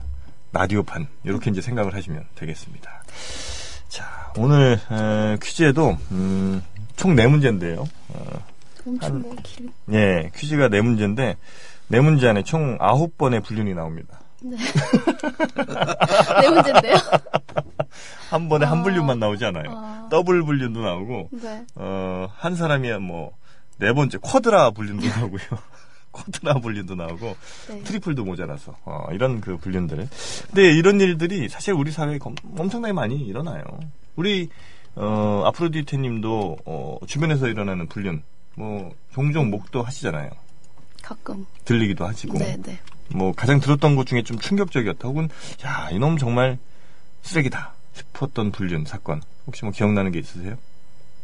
[SPEAKER 2] 라디오판 이렇게 이제 생각을 하시면 되겠습니다. 자 오늘 에, 퀴즈에도 총 네 문제인데요.
[SPEAKER 3] 엄청 뭐 길.
[SPEAKER 2] 예 퀴즈가 네 문제인데 네 문제 안에 총 아홉 번의 불륜이 나옵니다.
[SPEAKER 3] 네 문제인데요?
[SPEAKER 2] 한 번에 한 불륜만 나오지 않아요.
[SPEAKER 3] 아.
[SPEAKER 2] 더블 불륜도 나오고
[SPEAKER 3] 네.
[SPEAKER 2] 어, 한 사람이 뭐 네 번째 쿼드라 불륜도 나오고요. 쿼드라 불륜도 나오고
[SPEAKER 3] 네.
[SPEAKER 2] 트리플도 모자라서 어, 이런 그 불륜들. 근데 이런 일들이 사실 우리 사회에 검- 엄청나게 많이 일어나요. 우리 어, 아프로디테님도 어, 주변에서 일어나는 불륜 뭐 종종 목도 하시잖아요.
[SPEAKER 3] 가끔.
[SPEAKER 2] 들리기도 하시고
[SPEAKER 3] 네, 네.
[SPEAKER 2] 뭐 가장 들었던 것 중에 좀 충격적이었다 혹은 야 이놈 정말 쓰레기다 싶었던 불륜 사건 혹시 뭐 기억나는 게 있으세요?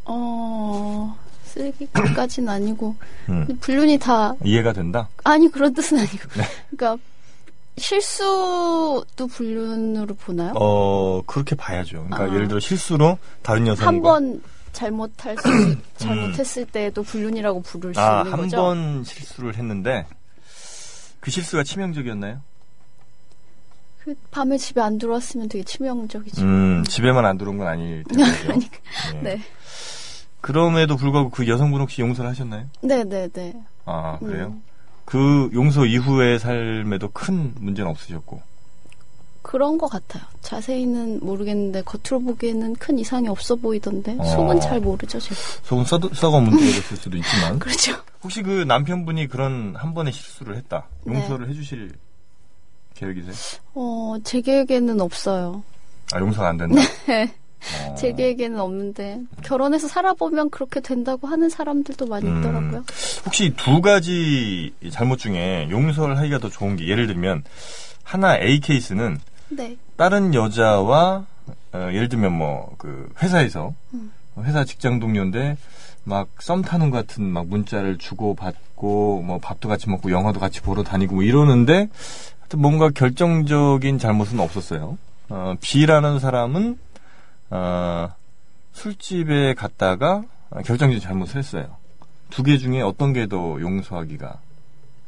[SPEAKER 3] 어, 쓰레기까지는 아니고
[SPEAKER 2] 음.
[SPEAKER 3] 근데 불륜이 다
[SPEAKER 2] 이해가 된다.
[SPEAKER 3] 아니 그런 뜻은 아니고.
[SPEAKER 2] 네.
[SPEAKER 3] 그러니까 실수도 불륜으로 보나요?
[SPEAKER 2] 어 그렇게 봐야죠. 그러니까
[SPEAKER 3] 아.
[SPEAKER 2] 예를 들어 실수로 다른 여성과
[SPEAKER 3] 한 번 잘못할 수 잘못했을 때도 불륜이라고 부를 수 있는 거죠.
[SPEAKER 2] 음. 아한 번 실수를 했는데 그 실수가 치명적이었나요?
[SPEAKER 3] 그 밤에 집에 안 들어왔으면 되게 치명적이죠.
[SPEAKER 2] 음 집에만 안 들어온 건 아닐 텐데요.
[SPEAKER 3] 그러니까
[SPEAKER 2] 예.
[SPEAKER 3] 네.
[SPEAKER 2] 그럼에도 불구하고 그 여성분 혹시 용서를 하셨나요?
[SPEAKER 3] 네, 네, 네.
[SPEAKER 2] 아 그래요?
[SPEAKER 3] 음.
[SPEAKER 2] 그 용서 이후의 삶에도 큰 문제는 없으셨고
[SPEAKER 3] 그런 것 같아요. 자세히는 모르겠는데 겉으로 보기에는 큰 이상이 없어 보이던데
[SPEAKER 2] 어.
[SPEAKER 3] 속은 잘 모르죠, 제가.
[SPEAKER 2] 속은 썩- 썩어 문제였을 수도 있지만
[SPEAKER 3] 그렇죠.
[SPEAKER 2] 혹시 그 남편분이 그런 한 번의 실수를 했다
[SPEAKER 3] 네.
[SPEAKER 2] 용서를 해주실 계획이세요?
[SPEAKER 3] 어, 제 계획에는 없어요.
[SPEAKER 2] 아 용서가 안 된다.
[SPEAKER 3] 네.
[SPEAKER 2] 어.
[SPEAKER 3] 제 계획에는 없는데 결혼해서 살아보면 그렇게 된다고 하는 사람들도 많이
[SPEAKER 2] 음.
[SPEAKER 3] 있더라고요.
[SPEAKER 2] 혹시 두 가지 잘못 중에 용서를 하기가 더 좋은 게 예를 들면 하나 A 케이스는
[SPEAKER 3] 네.
[SPEAKER 2] 다른 여자와 어, 예를 들면 뭐 그 회사에서
[SPEAKER 3] 음.
[SPEAKER 2] 회사 직장 동료인데 막 썸 타는 것 같은 막 문자를 주고 받고 뭐 밥도 같이 먹고 영화도 같이 보러 다니고 뭐 이러는데 하여튼 뭔가 결정적인 잘못은 없었어요. 어, B라는 사람은 어, 술집에 갔다가 결정적인 잘못을 했어요. 두 개 중에 어떤 게 더 용서하기가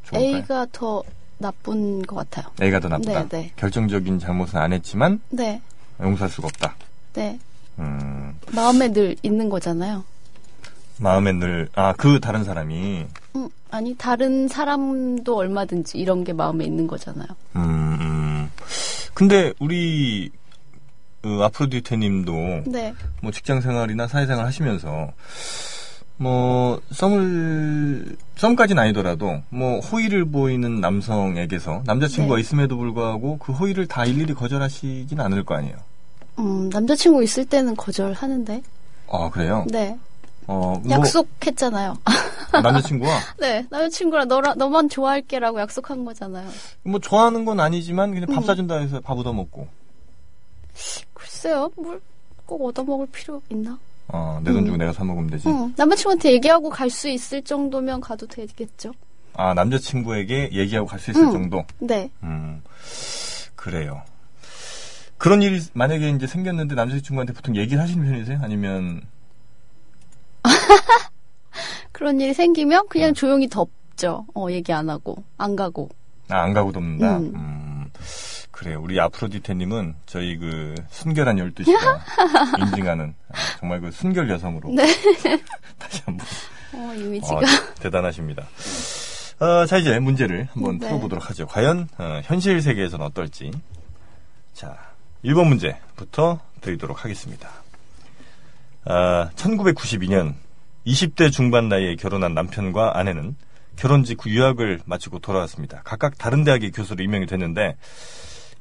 [SPEAKER 2] 좋을까요?
[SPEAKER 3] A가 더 나쁜 것 같아요.
[SPEAKER 2] A가 더 나쁘다.
[SPEAKER 3] 네, 네.
[SPEAKER 2] 결정적인 잘못은 안 했지만
[SPEAKER 3] 네.
[SPEAKER 2] 용서할 수가 없다.
[SPEAKER 3] 네.
[SPEAKER 2] 음,
[SPEAKER 3] 마음에 늘 있는 거잖아요.
[SPEAKER 2] 마음에 늘, 아, 그 다른 사람이,
[SPEAKER 3] 음, 아니 다른 사람도 얼마든지 이런 게 마음에 있는 거잖아요.
[SPEAKER 2] 음, 음. 근데 우리, 어, 아프로디테 님도,
[SPEAKER 3] 네.
[SPEAKER 2] 뭐 직장 생활이나 사회생활 하시면서, 뭐, 썸을, 썸까지는 아니더라도, 뭐, 호의를 보이는 남성에게서, 남자친구가
[SPEAKER 3] 네.
[SPEAKER 2] 있음에도 불구하고, 그 호의를 다 일일이 거절하시진 않을 거 아니에요.
[SPEAKER 3] 음, 남자친구 있을 때는 거절하는데.
[SPEAKER 2] 아, 그래요?
[SPEAKER 3] 네.
[SPEAKER 2] 어, 뭐,
[SPEAKER 3] 약속했잖아요.
[SPEAKER 2] 남자친구와,
[SPEAKER 3] 네. 남자친구랑 너랑 너만 좋아할게라고 약속한 거잖아요.
[SPEAKER 2] 뭐, 좋아하는 건 아니지만, 그냥
[SPEAKER 3] 음.
[SPEAKER 2] 밥 사준다 해서 밥 얻어먹고,
[SPEAKER 3] 글쎄요. 뭘 꼭 얻어먹을 필요 있나?
[SPEAKER 2] 어, 내
[SPEAKER 3] 음.
[SPEAKER 2] 돈 주고 내가 사먹으면 되지.
[SPEAKER 3] 응. 남자친구한테 얘기하고 갈 수 있을 정도면 가도 되겠죠.
[SPEAKER 2] 아, 남자친구에게 얘기하고 갈 수 있을
[SPEAKER 3] 음.
[SPEAKER 2] 정도?
[SPEAKER 3] 네.
[SPEAKER 2] 음, 그래요. 그런 일이 만약에 이제 생겼는데 남자친구한테 보통 얘기를 하시는 편이세요? 아니면,
[SPEAKER 3] 그런 일이 생기면 그냥
[SPEAKER 2] 음.
[SPEAKER 3] 조용히 덮죠. 어, 얘기 안 하고 안 가고.
[SPEAKER 2] 아, 안 가고 돕는다?
[SPEAKER 3] 음.
[SPEAKER 2] 음, 그래요. 우리 아프로디테님은 저희 그 순결한 12시가 인증하는 아, 정말 그 순결 여성으로. 다시 한 번.
[SPEAKER 3] 어, 네, 이미지가
[SPEAKER 2] 아, 대단하십니다. 어, 자, 이제 문제를 한번
[SPEAKER 3] 네.
[SPEAKER 2] 풀어보도록 하죠. 과연, 어, 현실 세계에서는 어떨지. 자, 1번 문제부터 드리도록 하겠습니다. 아, 1992년 20대 중반 나이에 결혼한 남편과 아내는 결혼 직후 유학을 마치고 돌아왔습니다. 각각 다른 대학의 교수로 임명이 됐는데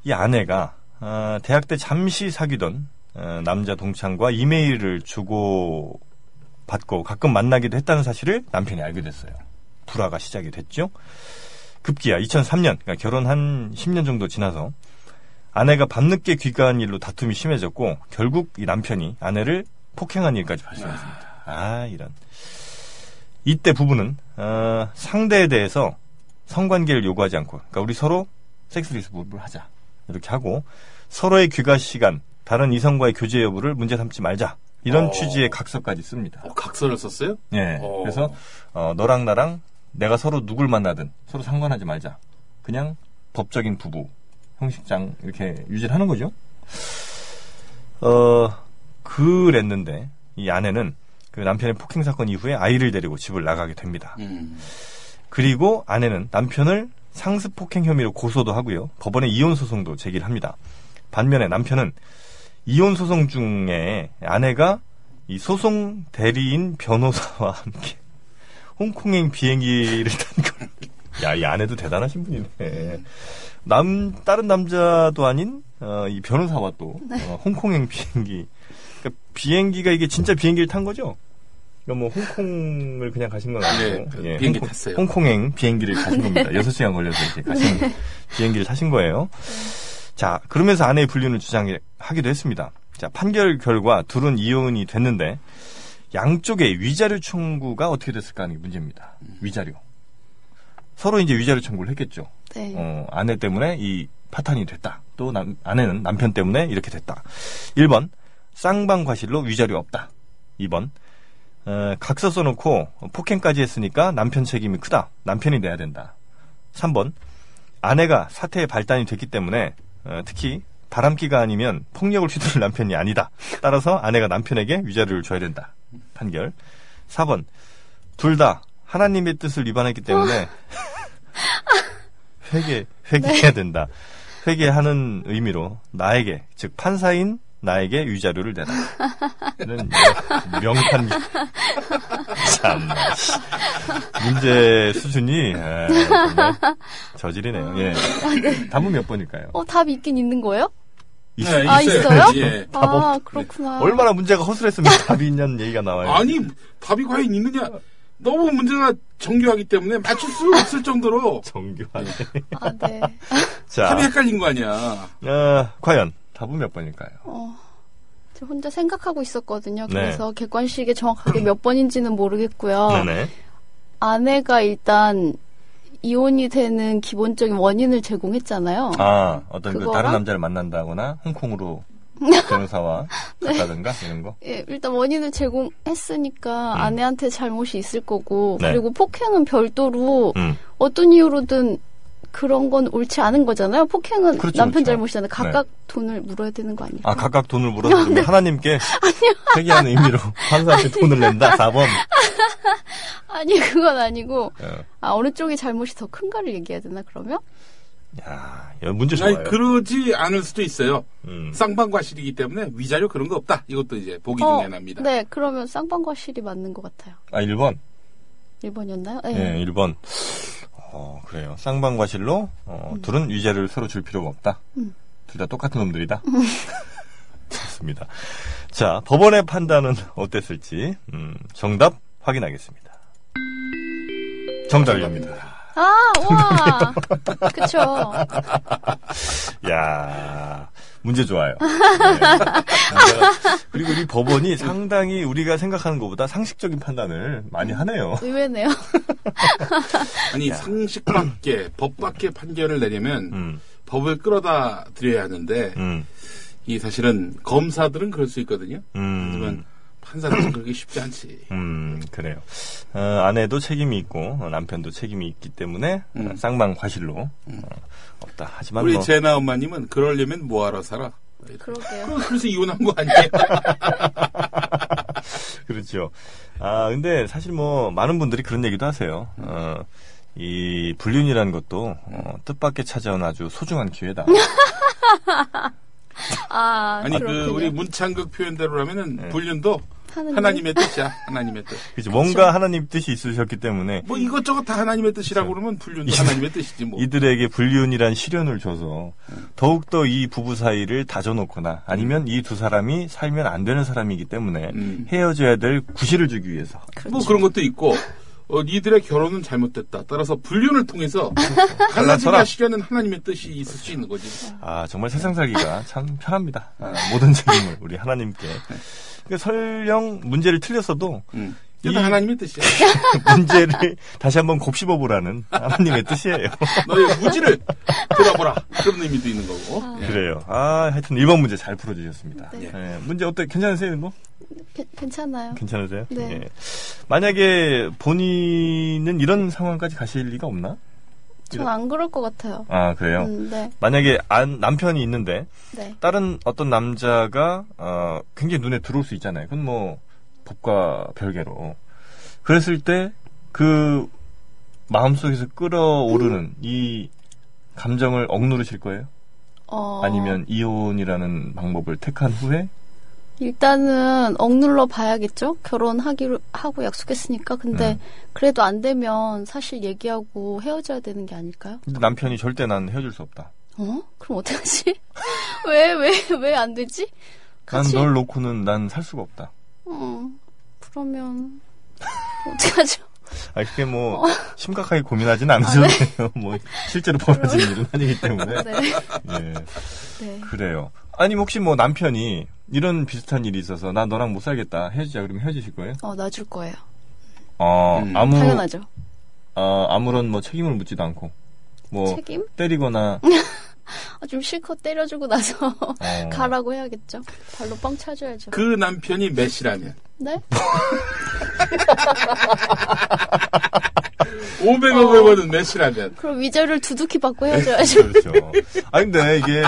[SPEAKER 2] 이 아내가 아, 대학 때 잠시 사귀던 어, 남자 동창과 이메일을 주고 받고 가끔 만나기도 했다는 사실을 남편이 알게 됐어요. 불화가 시작이 됐죠. 급기야 2003년, 그러니까 결혼 한 10년 정도 지나서 아내가 밤늦게 귀가한 일로 다툼이 심해졌고 결국 이 남편이 아내를 폭행한 일까지 발생했습니다. 아 이런. 이때 부부는 어, 상대에 대해서 성관계를 요구하지 않고, 그러니까 우리 서로 섹스리스 부부를 하자 이렇게 하고 서로의 귀가 시간, 다른 이성과의 교제 여부를 문제 삼지 말자 이런
[SPEAKER 4] 어.
[SPEAKER 2] 취지의 각서까지 씁니다.
[SPEAKER 4] 어, 각서를 썼어요?
[SPEAKER 2] 예.
[SPEAKER 4] 어.
[SPEAKER 2] 그래서 어, 너랑 나랑 내가 서로 누굴 만나든 서로 상관하지 말자. 그냥 법적인 부부 형식장 이렇게 유지를 하는 거죠. 어 그랬는데 이 아내는 그 남편의 폭행 사건 이후에 아이를 데리고 집을 나가게 됩니다.
[SPEAKER 4] 음.
[SPEAKER 2] 그리고 아내는 남편을 상습 폭행 혐의로 고소도 하고요. 법원에 이혼 소송도 제기를 합니다. 반면에 남편은 이혼 소송 중에 아내가 이 소송 대리인 변호사와 함께 홍콩행 비행기를 탄 걸. 야, 이 아내도 대단하신 분이네. 남 다른 남자도 아닌 어, 이 변호사와 또 어, 홍콩행 비행기. 그러니까 비행기가 이게 진짜 비행기를 탄 거죠? 이거 뭐 홍콩을 그냥 가신 건 아니고 예,
[SPEAKER 4] 네, 비행기
[SPEAKER 2] 홍콩-
[SPEAKER 4] 탔어요.
[SPEAKER 2] 홍콩행 비행기를 가신 겁니다. 6시간 걸려서 이렇게 가신 비행기를 타신 거예요. 자, 그러면서 아내의 불륜을 주장하기도 했습니다. 자, 판결 결과 둘은 이혼이 됐는데 양쪽의 위자료 청구가 어떻게 됐을까 하는 게 문제입니다. 위자료. 서로 이제 위자료 청구를 했겠죠.
[SPEAKER 3] 네.
[SPEAKER 2] 어, 아내 때문에 이 파탄이 됐다. 또 남- 아내는 남편 때문에 이렇게 됐다. 1번 쌍방 과실로 위자료 없다. 2번 어, 각서 써놓고 폭행까지 했으니까 남편 책임이 크다. 남편이 내야 된다. 3번 아내가 사태의 발단이 됐기 때문에 어, 특히 바람기가 아니면 폭력을 휘두를 남편이 아니다. 따라서 아내가 남편에게 위자료를 줘야 된다. 판결. 4번 둘 다 하나님의 뜻을 위반했기 때문에 회개 회개해야 된다. 회개하는 의미로 나에게 즉 판사인 나에게 위자료를 내라. 는 명판 참 문제 수준이 에, 정말 저질이네요. 예. 답은 몇 번일까요?
[SPEAKER 3] 어, 답 있긴 있는 거예요?
[SPEAKER 4] 네,
[SPEAKER 3] 아, 있어요?
[SPEAKER 4] 예.
[SPEAKER 2] 답
[SPEAKER 3] 아,
[SPEAKER 2] 없- 네.
[SPEAKER 3] 그렇구나.
[SPEAKER 2] 얼마나 문제가 허술했으면 답이 있냐는 얘기가 나와요.
[SPEAKER 4] 아니 답이 과연 있느냐? 너무 문제가 정교하기 때문에 맞출 수 없을 정도로
[SPEAKER 2] 정교하네.
[SPEAKER 3] 아, 네.
[SPEAKER 2] 자,
[SPEAKER 4] 답이 헷갈린 거 아니야.
[SPEAKER 2] 어, 과연 답은 몇 번일까요?
[SPEAKER 3] 어, 저 혼자 생각하고 있었거든요.
[SPEAKER 2] 네.
[SPEAKER 3] 그래서 객관식에 정확하게 몇 번인지는 모르겠고요.
[SPEAKER 2] 네네.
[SPEAKER 3] 아내가 일단 이혼이 되는 기본적인 원인을 제공했잖아요.
[SPEAKER 2] 아, 어떤 그
[SPEAKER 3] 그거랑-
[SPEAKER 2] 다른 남자를 만난다거나 홍콩으로 변호사와 갔다든가 이런 거.
[SPEAKER 3] 예, 일단 원인을 제공했으니까
[SPEAKER 2] 음.
[SPEAKER 3] 아내한테 잘못이 있을 거고
[SPEAKER 2] 네.
[SPEAKER 3] 그리고 폭행은 별도로
[SPEAKER 2] 음.
[SPEAKER 3] 어떤 이유로든 그런 건 옳지 않은 거잖아요. 폭행은
[SPEAKER 2] 그렇죠,
[SPEAKER 3] 남편
[SPEAKER 2] 그렇죠.
[SPEAKER 3] 잘못이잖아요. 각각 돈을 물어야 되는 거 아니에요?
[SPEAKER 2] 아, 각각 돈을 물어서 면 하나님께 회개하는 의미로 판사한테 돈을 낸다. 4번.
[SPEAKER 3] 아니 그건 아니고
[SPEAKER 2] 어.
[SPEAKER 3] 아, 어느 쪽이 잘못이 더 큰가를 얘기해야 되나 그러면?
[SPEAKER 2] 야, 이거 문제 좋아요.
[SPEAKER 4] 아니, 그러지 않을 수도 있어요.
[SPEAKER 2] 음.
[SPEAKER 4] 쌍방과실이기 때문에 위자료 그런 거 없다. 이것도 이제 보기
[SPEAKER 3] 어,
[SPEAKER 4] 중에 납니다.
[SPEAKER 3] 네, 그러면 쌍방과실이 맞는 것 같아요.
[SPEAKER 2] 아, 1번.
[SPEAKER 3] 1번이었나요? 네.
[SPEAKER 2] 예, 1번. 어, 그래요. 쌍방과실로 어, 둘은 위자료를 서로 줄 필요가 없다.
[SPEAKER 3] 음.
[SPEAKER 2] 둘 다 똑같은 놈들이다. 좋습니다. 자, 법원의 판단은 어땠을지 음, 정답 확인하겠습니다. 정답입니다.
[SPEAKER 3] 아, 와. 그쵸.
[SPEAKER 2] 야 문제 좋아요. 네. 문제가- 그리고 이 법원이 상당히 우리가 생각하는 것보다 상식적인 판단을 많이 하네요.
[SPEAKER 3] 의외네요.
[SPEAKER 4] 아니 상식밖에 법밖에 판결을 내려면
[SPEAKER 2] 음,
[SPEAKER 4] 법을 끌어다 드려야 하는데
[SPEAKER 2] 음,
[SPEAKER 4] 이 사실은 검사들은 그럴 수 있거든요.
[SPEAKER 2] 음.
[SPEAKER 4] 하지만 판사들은 그렇게 쉽지 않지.
[SPEAKER 2] 음, 그래요. 어, 아내도 책임이 있고 어, 남편도 책임이 있기 때문에
[SPEAKER 4] 음.
[SPEAKER 2] 어, 쌍방 과실로 어, 없다. 하지만
[SPEAKER 4] 우리
[SPEAKER 2] 뭐
[SPEAKER 4] 제나 엄마님은 그러려면 뭐하러 살아?
[SPEAKER 3] 그러게요.
[SPEAKER 4] 그럼 그래서 이혼한 거 아니에요?
[SPEAKER 2] 그렇죠. 아 근데 사실 뭐 많은 분들이 그런 얘기도 하세요.
[SPEAKER 4] 음.
[SPEAKER 2] 어, 이 불륜이라는 것도 어, 뜻밖의 찾아온 아주 소중한 기회다. 그렇죠.
[SPEAKER 3] 아,
[SPEAKER 4] 아니
[SPEAKER 3] 그렇군요.
[SPEAKER 4] 그 우리 문창극 표현대로라면은
[SPEAKER 2] 네.
[SPEAKER 4] 불륜도
[SPEAKER 3] 하나님.
[SPEAKER 4] 하나님의 뜻이야. 하나님의 뜻.
[SPEAKER 2] 그죠
[SPEAKER 4] 그렇죠.
[SPEAKER 2] 뭔가 하나님 뜻이 있으셨기 때문에
[SPEAKER 4] 뭐 이것저것 다 하나님의 뜻이라고 그러면 불륜도 하나님의 뜻이지 뭐.
[SPEAKER 2] 이들에게 불륜이란 시련을 줘서 더욱더 이 부부 사이를 다져놓거나 아니면 이 두 사람이 살면 안 되는 사람이기 때문에
[SPEAKER 4] 음.
[SPEAKER 2] 헤어져야 될 구실을 주기 위해서
[SPEAKER 4] 뭐 그런 것도 있고 어, 니들의 결혼은 잘못됐다. 따라서 불륜을 통해서 갈라지게
[SPEAKER 2] 갈라서라.
[SPEAKER 4] 하시려는 하나님의 뜻이 있을 수 있는 거지.
[SPEAKER 2] 아 정말 세상 살기가 참 편합니다. 아, 모든 책임을 우리 하나님께. 그러니까 설령 문제를 틀렸어도
[SPEAKER 4] 음.
[SPEAKER 2] 이-
[SPEAKER 4] 이건 하나님의 뜻이야.
[SPEAKER 2] 문제를 다시 한번 곱씹어 보라는 하나님의 뜻이에요.
[SPEAKER 4] 너의 무지를 들어보라. 그런 의미도 있는 거고.
[SPEAKER 3] 네.
[SPEAKER 4] 예.
[SPEAKER 2] 그래요. 아 하여튼 1번 문제 잘 풀어주셨습니다.
[SPEAKER 4] 네.
[SPEAKER 2] 예, 문제 어때? 괜찮으세요, 이거?
[SPEAKER 3] 괜- 괜찮아요.
[SPEAKER 2] 괜찮으세요?
[SPEAKER 3] 네.
[SPEAKER 2] 예. 만약에 본인은 이런 상황까지 가실 리가 없나?
[SPEAKER 3] 전 안 그럴 것 같아요.
[SPEAKER 2] 아 그래요.
[SPEAKER 3] 음, 네,
[SPEAKER 2] 만약에 안- 남편이 있는데
[SPEAKER 3] 네.
[SPEAKER 2] 다른 어떤 남자가 어, 굉장히 눈에 들어올 수 있잖아요. 그건 뭐 법과 별개로. 그랬을 때 그 마음속에서 끌어오르는 이 감정을 억누르실 거예요?
[SPEAKER 3] 어,
[SPEAKER 2] 아니면 이혼이라는 방법을 택한 후에
[SPEAKER 3] 일단은 억눌러 봐야겠죠. 결혼하기로 하고 약속했으니까. 근데 그래도 안 되면 사실 얘기하고 헤어져야 되는 게 아닐까요?
[SPEAKER 2] 근데 남편이 절대 난 헤어질 수 없다.
[SPEAKER 3] 어? 그럼 어떡하지? 왜, 왜, 왜 안 되지?
[SPEAKER 2] 난
[SPEAKER 3] 같이.
[SPEAKER 2] 널 놓고는 난 살 수가 없다.
[SPEAKER 3] 어, 그러면 어떡하죠?
[SPEAKER 2] 아, 그게 뭐, 심각하게 고민하진 않으셔도 돼요. 뭐, 실제로 벌어진 일은 아니기 때문에.
[SPEAKER 3] 네.
[SPEAKER 2] 예,
[SPEAKER 3] 네.
[SPEAKER 2] 그래요. 아니, 혹시 뭐 남편이 이런 비슷한 일이 있어서 나 너랑 못 살겠다 헤어지자 그러면 헤어지실 거예요?
[SPEAKER 3] 어, 놔줄 거예요.
[SPEAKER 2] 어,
[SPEAKER 4] 음.
[SPEAKER 2] 아무,
[SPEAKER 3] 당연하죠.
[SPEAKER 2] 아, 아무런 뭐 책임을 묻지도 않고. 뭐,
[SPEAKER 3] 책임?
[SPEAKER 2] 때리거나.
[SPEAKER 3] 아, 좀 실컷 때려주고 나서
[SPEAKER 2] 어,
[SPEAKER 3] 가라고 해야겠죠. 발로 뻥 차줘야죠.
[SPEAKER 4] 그 남편이 메시라면
[SPEAKER 3] 네?
[SPEAKER 4] 500억을 버는 메시라면
[SPEAKER 3] 그럼 위자료를 두둑히 받고 헤어져야죠.
[SPEAKER 2] 그렇죠. 아 근데 이게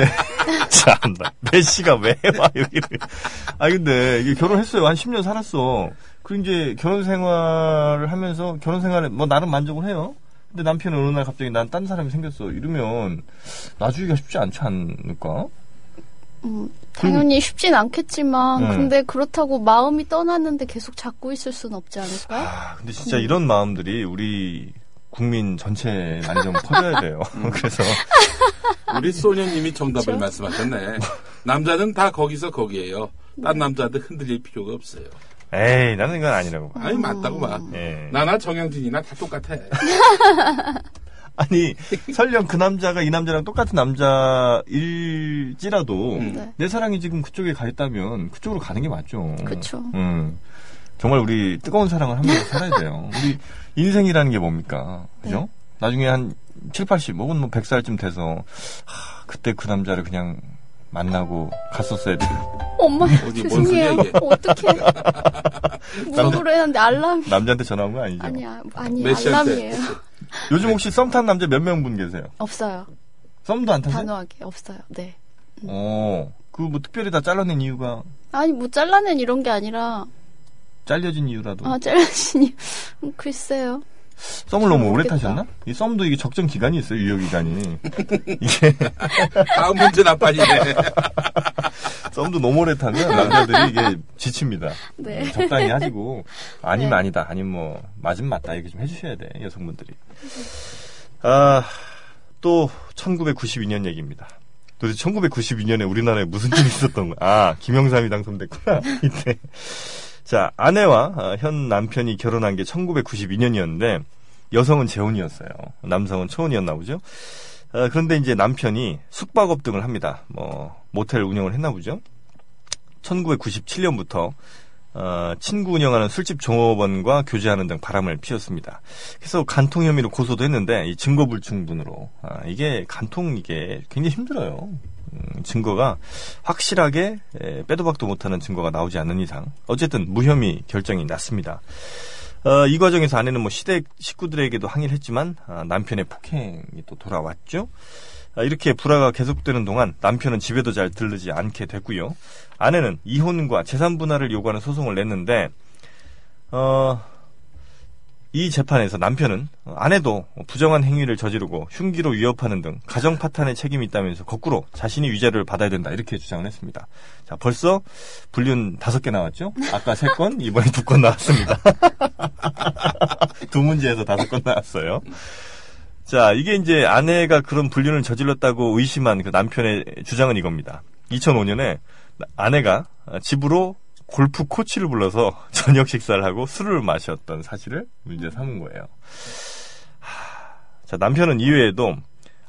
[SPEAKER 2] 참나 메시가 왜 와 여기를? 아 근데 이게 결혼했어요 한 10년 살았어. 그리고 이제 결혼 생활을 하면서 결혼 생활에 뭐 나름 만족을 해요. 근데 남편은 어느 날 갑자기 난 딴 사람이 생겼어 이러면 놔주기가 쉽지 않지 않을까?
[SPEAKER 3] 음, 당연히 쉽진 않겠지만,
[SPEAKER 2] 음.
[SPEAKER 3] 근데 그렇다고 마음이 떠났는데 계속 잡고 있을 순 없지 않을까요?
[SPEAKER 2] 아 근데 진짜 이런 마음들이 우리 국민 전체에 많이 좀 퍼져야 돼요. 그래서
[SPEAKER 4] 우리 소녀님이 정답을
[SPEAKER 3] 그렇죠?
[SPEAKER 4] 말씀하셨네. 남자는 다 거기서 거기에요. 딴 남자한테 흔들릴 필요가 없어요.
[SPEAKER 2] 에이 나는 이건 아니라고 봐.
[SPEAKER 4] 아니 맞다고 봐.
[SPEAKER 2] 예.
[SPEAKER 4] 나나 정영진이나 다 똑같아.
[SPEAKER 2] 아니 설령 그 남자가 이 남자랑 똑같은 남자일지라도
[SPEAKER 4] 음.
[SPEAKER 3] 네.
[SPEAKER 2] 내 사랑이 지금 그쪽에 가 있다면 그쪽으로 가는 게 맞죠.
[SPEAKER 3] 그쵸.
[SPEAKER 2] 음. 정말 우리 뜨거운 사랑을 하면서 살아야 돼요. 우리 인생이라는 게 뭡니까? 그죠?
[SPEAKER 3] 네.
[SPEAKER 2] 나중에 한 7, 80 혹은 뭐 100살쯤 돼서 하, 그때 그 남자를 그냥 만나고 갔었어야 돼.
[SPEAKER 3] 엄마,
[SPEAKER 4] 어디 뭔
[SPEAKER 3] 죄송해요.
[SPEAKER 4] 소리야, 이게.
[SPEAKER 3] 어떡해. 무노래는데 알람이.
[SPEAKER 2] 남자한테 전화 온 거 아니죠?
[SPEAKER 3] 아니야, 아니,
[SPEAKER 4] 메시한테.
[SPEAKER 3] 알람이에요.
[SPEAKER 2] 요즘 혹시 썸 탄 남자 몇 명 분 계세요?
[SPEAKER 3] 없어요.
[SPEAKER 2] 썸도 안 타세요?
[SPEAKER 3] 단호하게 없어요. 네.
[SPEAKER 2] 어. 그 뭐 특별히 다 잘라낸 이유가
[SPEAKER 3] 아니, 뭐 잘라낸 이런 게 아니라,
[SPEAKER 2] 잘려진 이유라도
[SPEAKER 3] 아, 잘라시니, 글쎄요.
[SPEAKER 2] 썸을 너무 오래
[SPEAKER 3] 모르겠다.
[SPEAKER 2] 타셨나? 이 썸도 이게 적정 기간이 있어요 유효 기간이 이게
[SPEAKER 4] 다음 문제 나빠지네.
[SPEAKER 2] 썸도 너무 오래 타면 남자들이 이게 지칩니다.
[SPEAKER 3] 네.
[SPEAKER 2] 음, 적당히 하시고 아니면
[SPEAKER 3] 네.
[SPEAKER 2] 아니다 아니면 뭐 맞으면 맞다 이렇게 좀 해주셔야 돼 여성분들이. 아또 1992년 얘기입니다. 도대체 1992년에 우리나라에 무슨 일이 있었던 거야? 아 김영삼이 당선됐구나 이때. 자 아내와 아, 현 남편이 결혼한 게 1992년이었는데 여성은 재혼이었어요. 남성은 초혼이었나 보죠. 아, 그런데 이제 남편이 숙박업 등을 합니다. 뭐 모텔 운영을 했나 보죠. 1997년부터 어, 친구 운영하는 술집 종업원과 교제하는 등 바람을 피웠습니다. 그래서 간통 혐의로 고소도 했는데 이 증거 불충분으로 아, 이게 간통 이게 굉장히 힘들어요. 음, 증거가 확실하게 에, 빼도 박도 못하는 증거가 나오지 않는 이상 어쨌든 무혐의 결정이 났습니다. 어, 이 과정에서 아내는 뭐 시댁 식구들에게도 항의를 했지만 아, 남편의 폭행이 또 돌아왔죠. 아, 이렇게 불화가 계속되는 동안 남편은 집에도 잘 들르지 않게 됐고요. 아내는 이혼과 재산 분할을 요구하는 소송을 냈는데 어, 이 재판에서 남편은 아내도 부정한 행위를 저지르고 흉기로 위협하는 등 가정 파탄의 책임이 있다면서 거꾸로 자신이 위자료를 받아야 된다 이렇게 주장을 했습니다. 자 벌써 불륜 다섯 개 나왔죠? 아까 세 건, 이번에 두 건 나왔습니다. 두 문제에서 다섯 건 나왔어요. 자, 이게 이제 아내가 그런 불륜을 저질렀다고 의심한 그 남편의 주장은 이겁니다. 2005년에 아내가 집으로 골프 코치를 불러서 저녁 식사를 하고 술을 마셨던 사실을 문제 삼은 거예요. 하, 자, 남편은 이외에도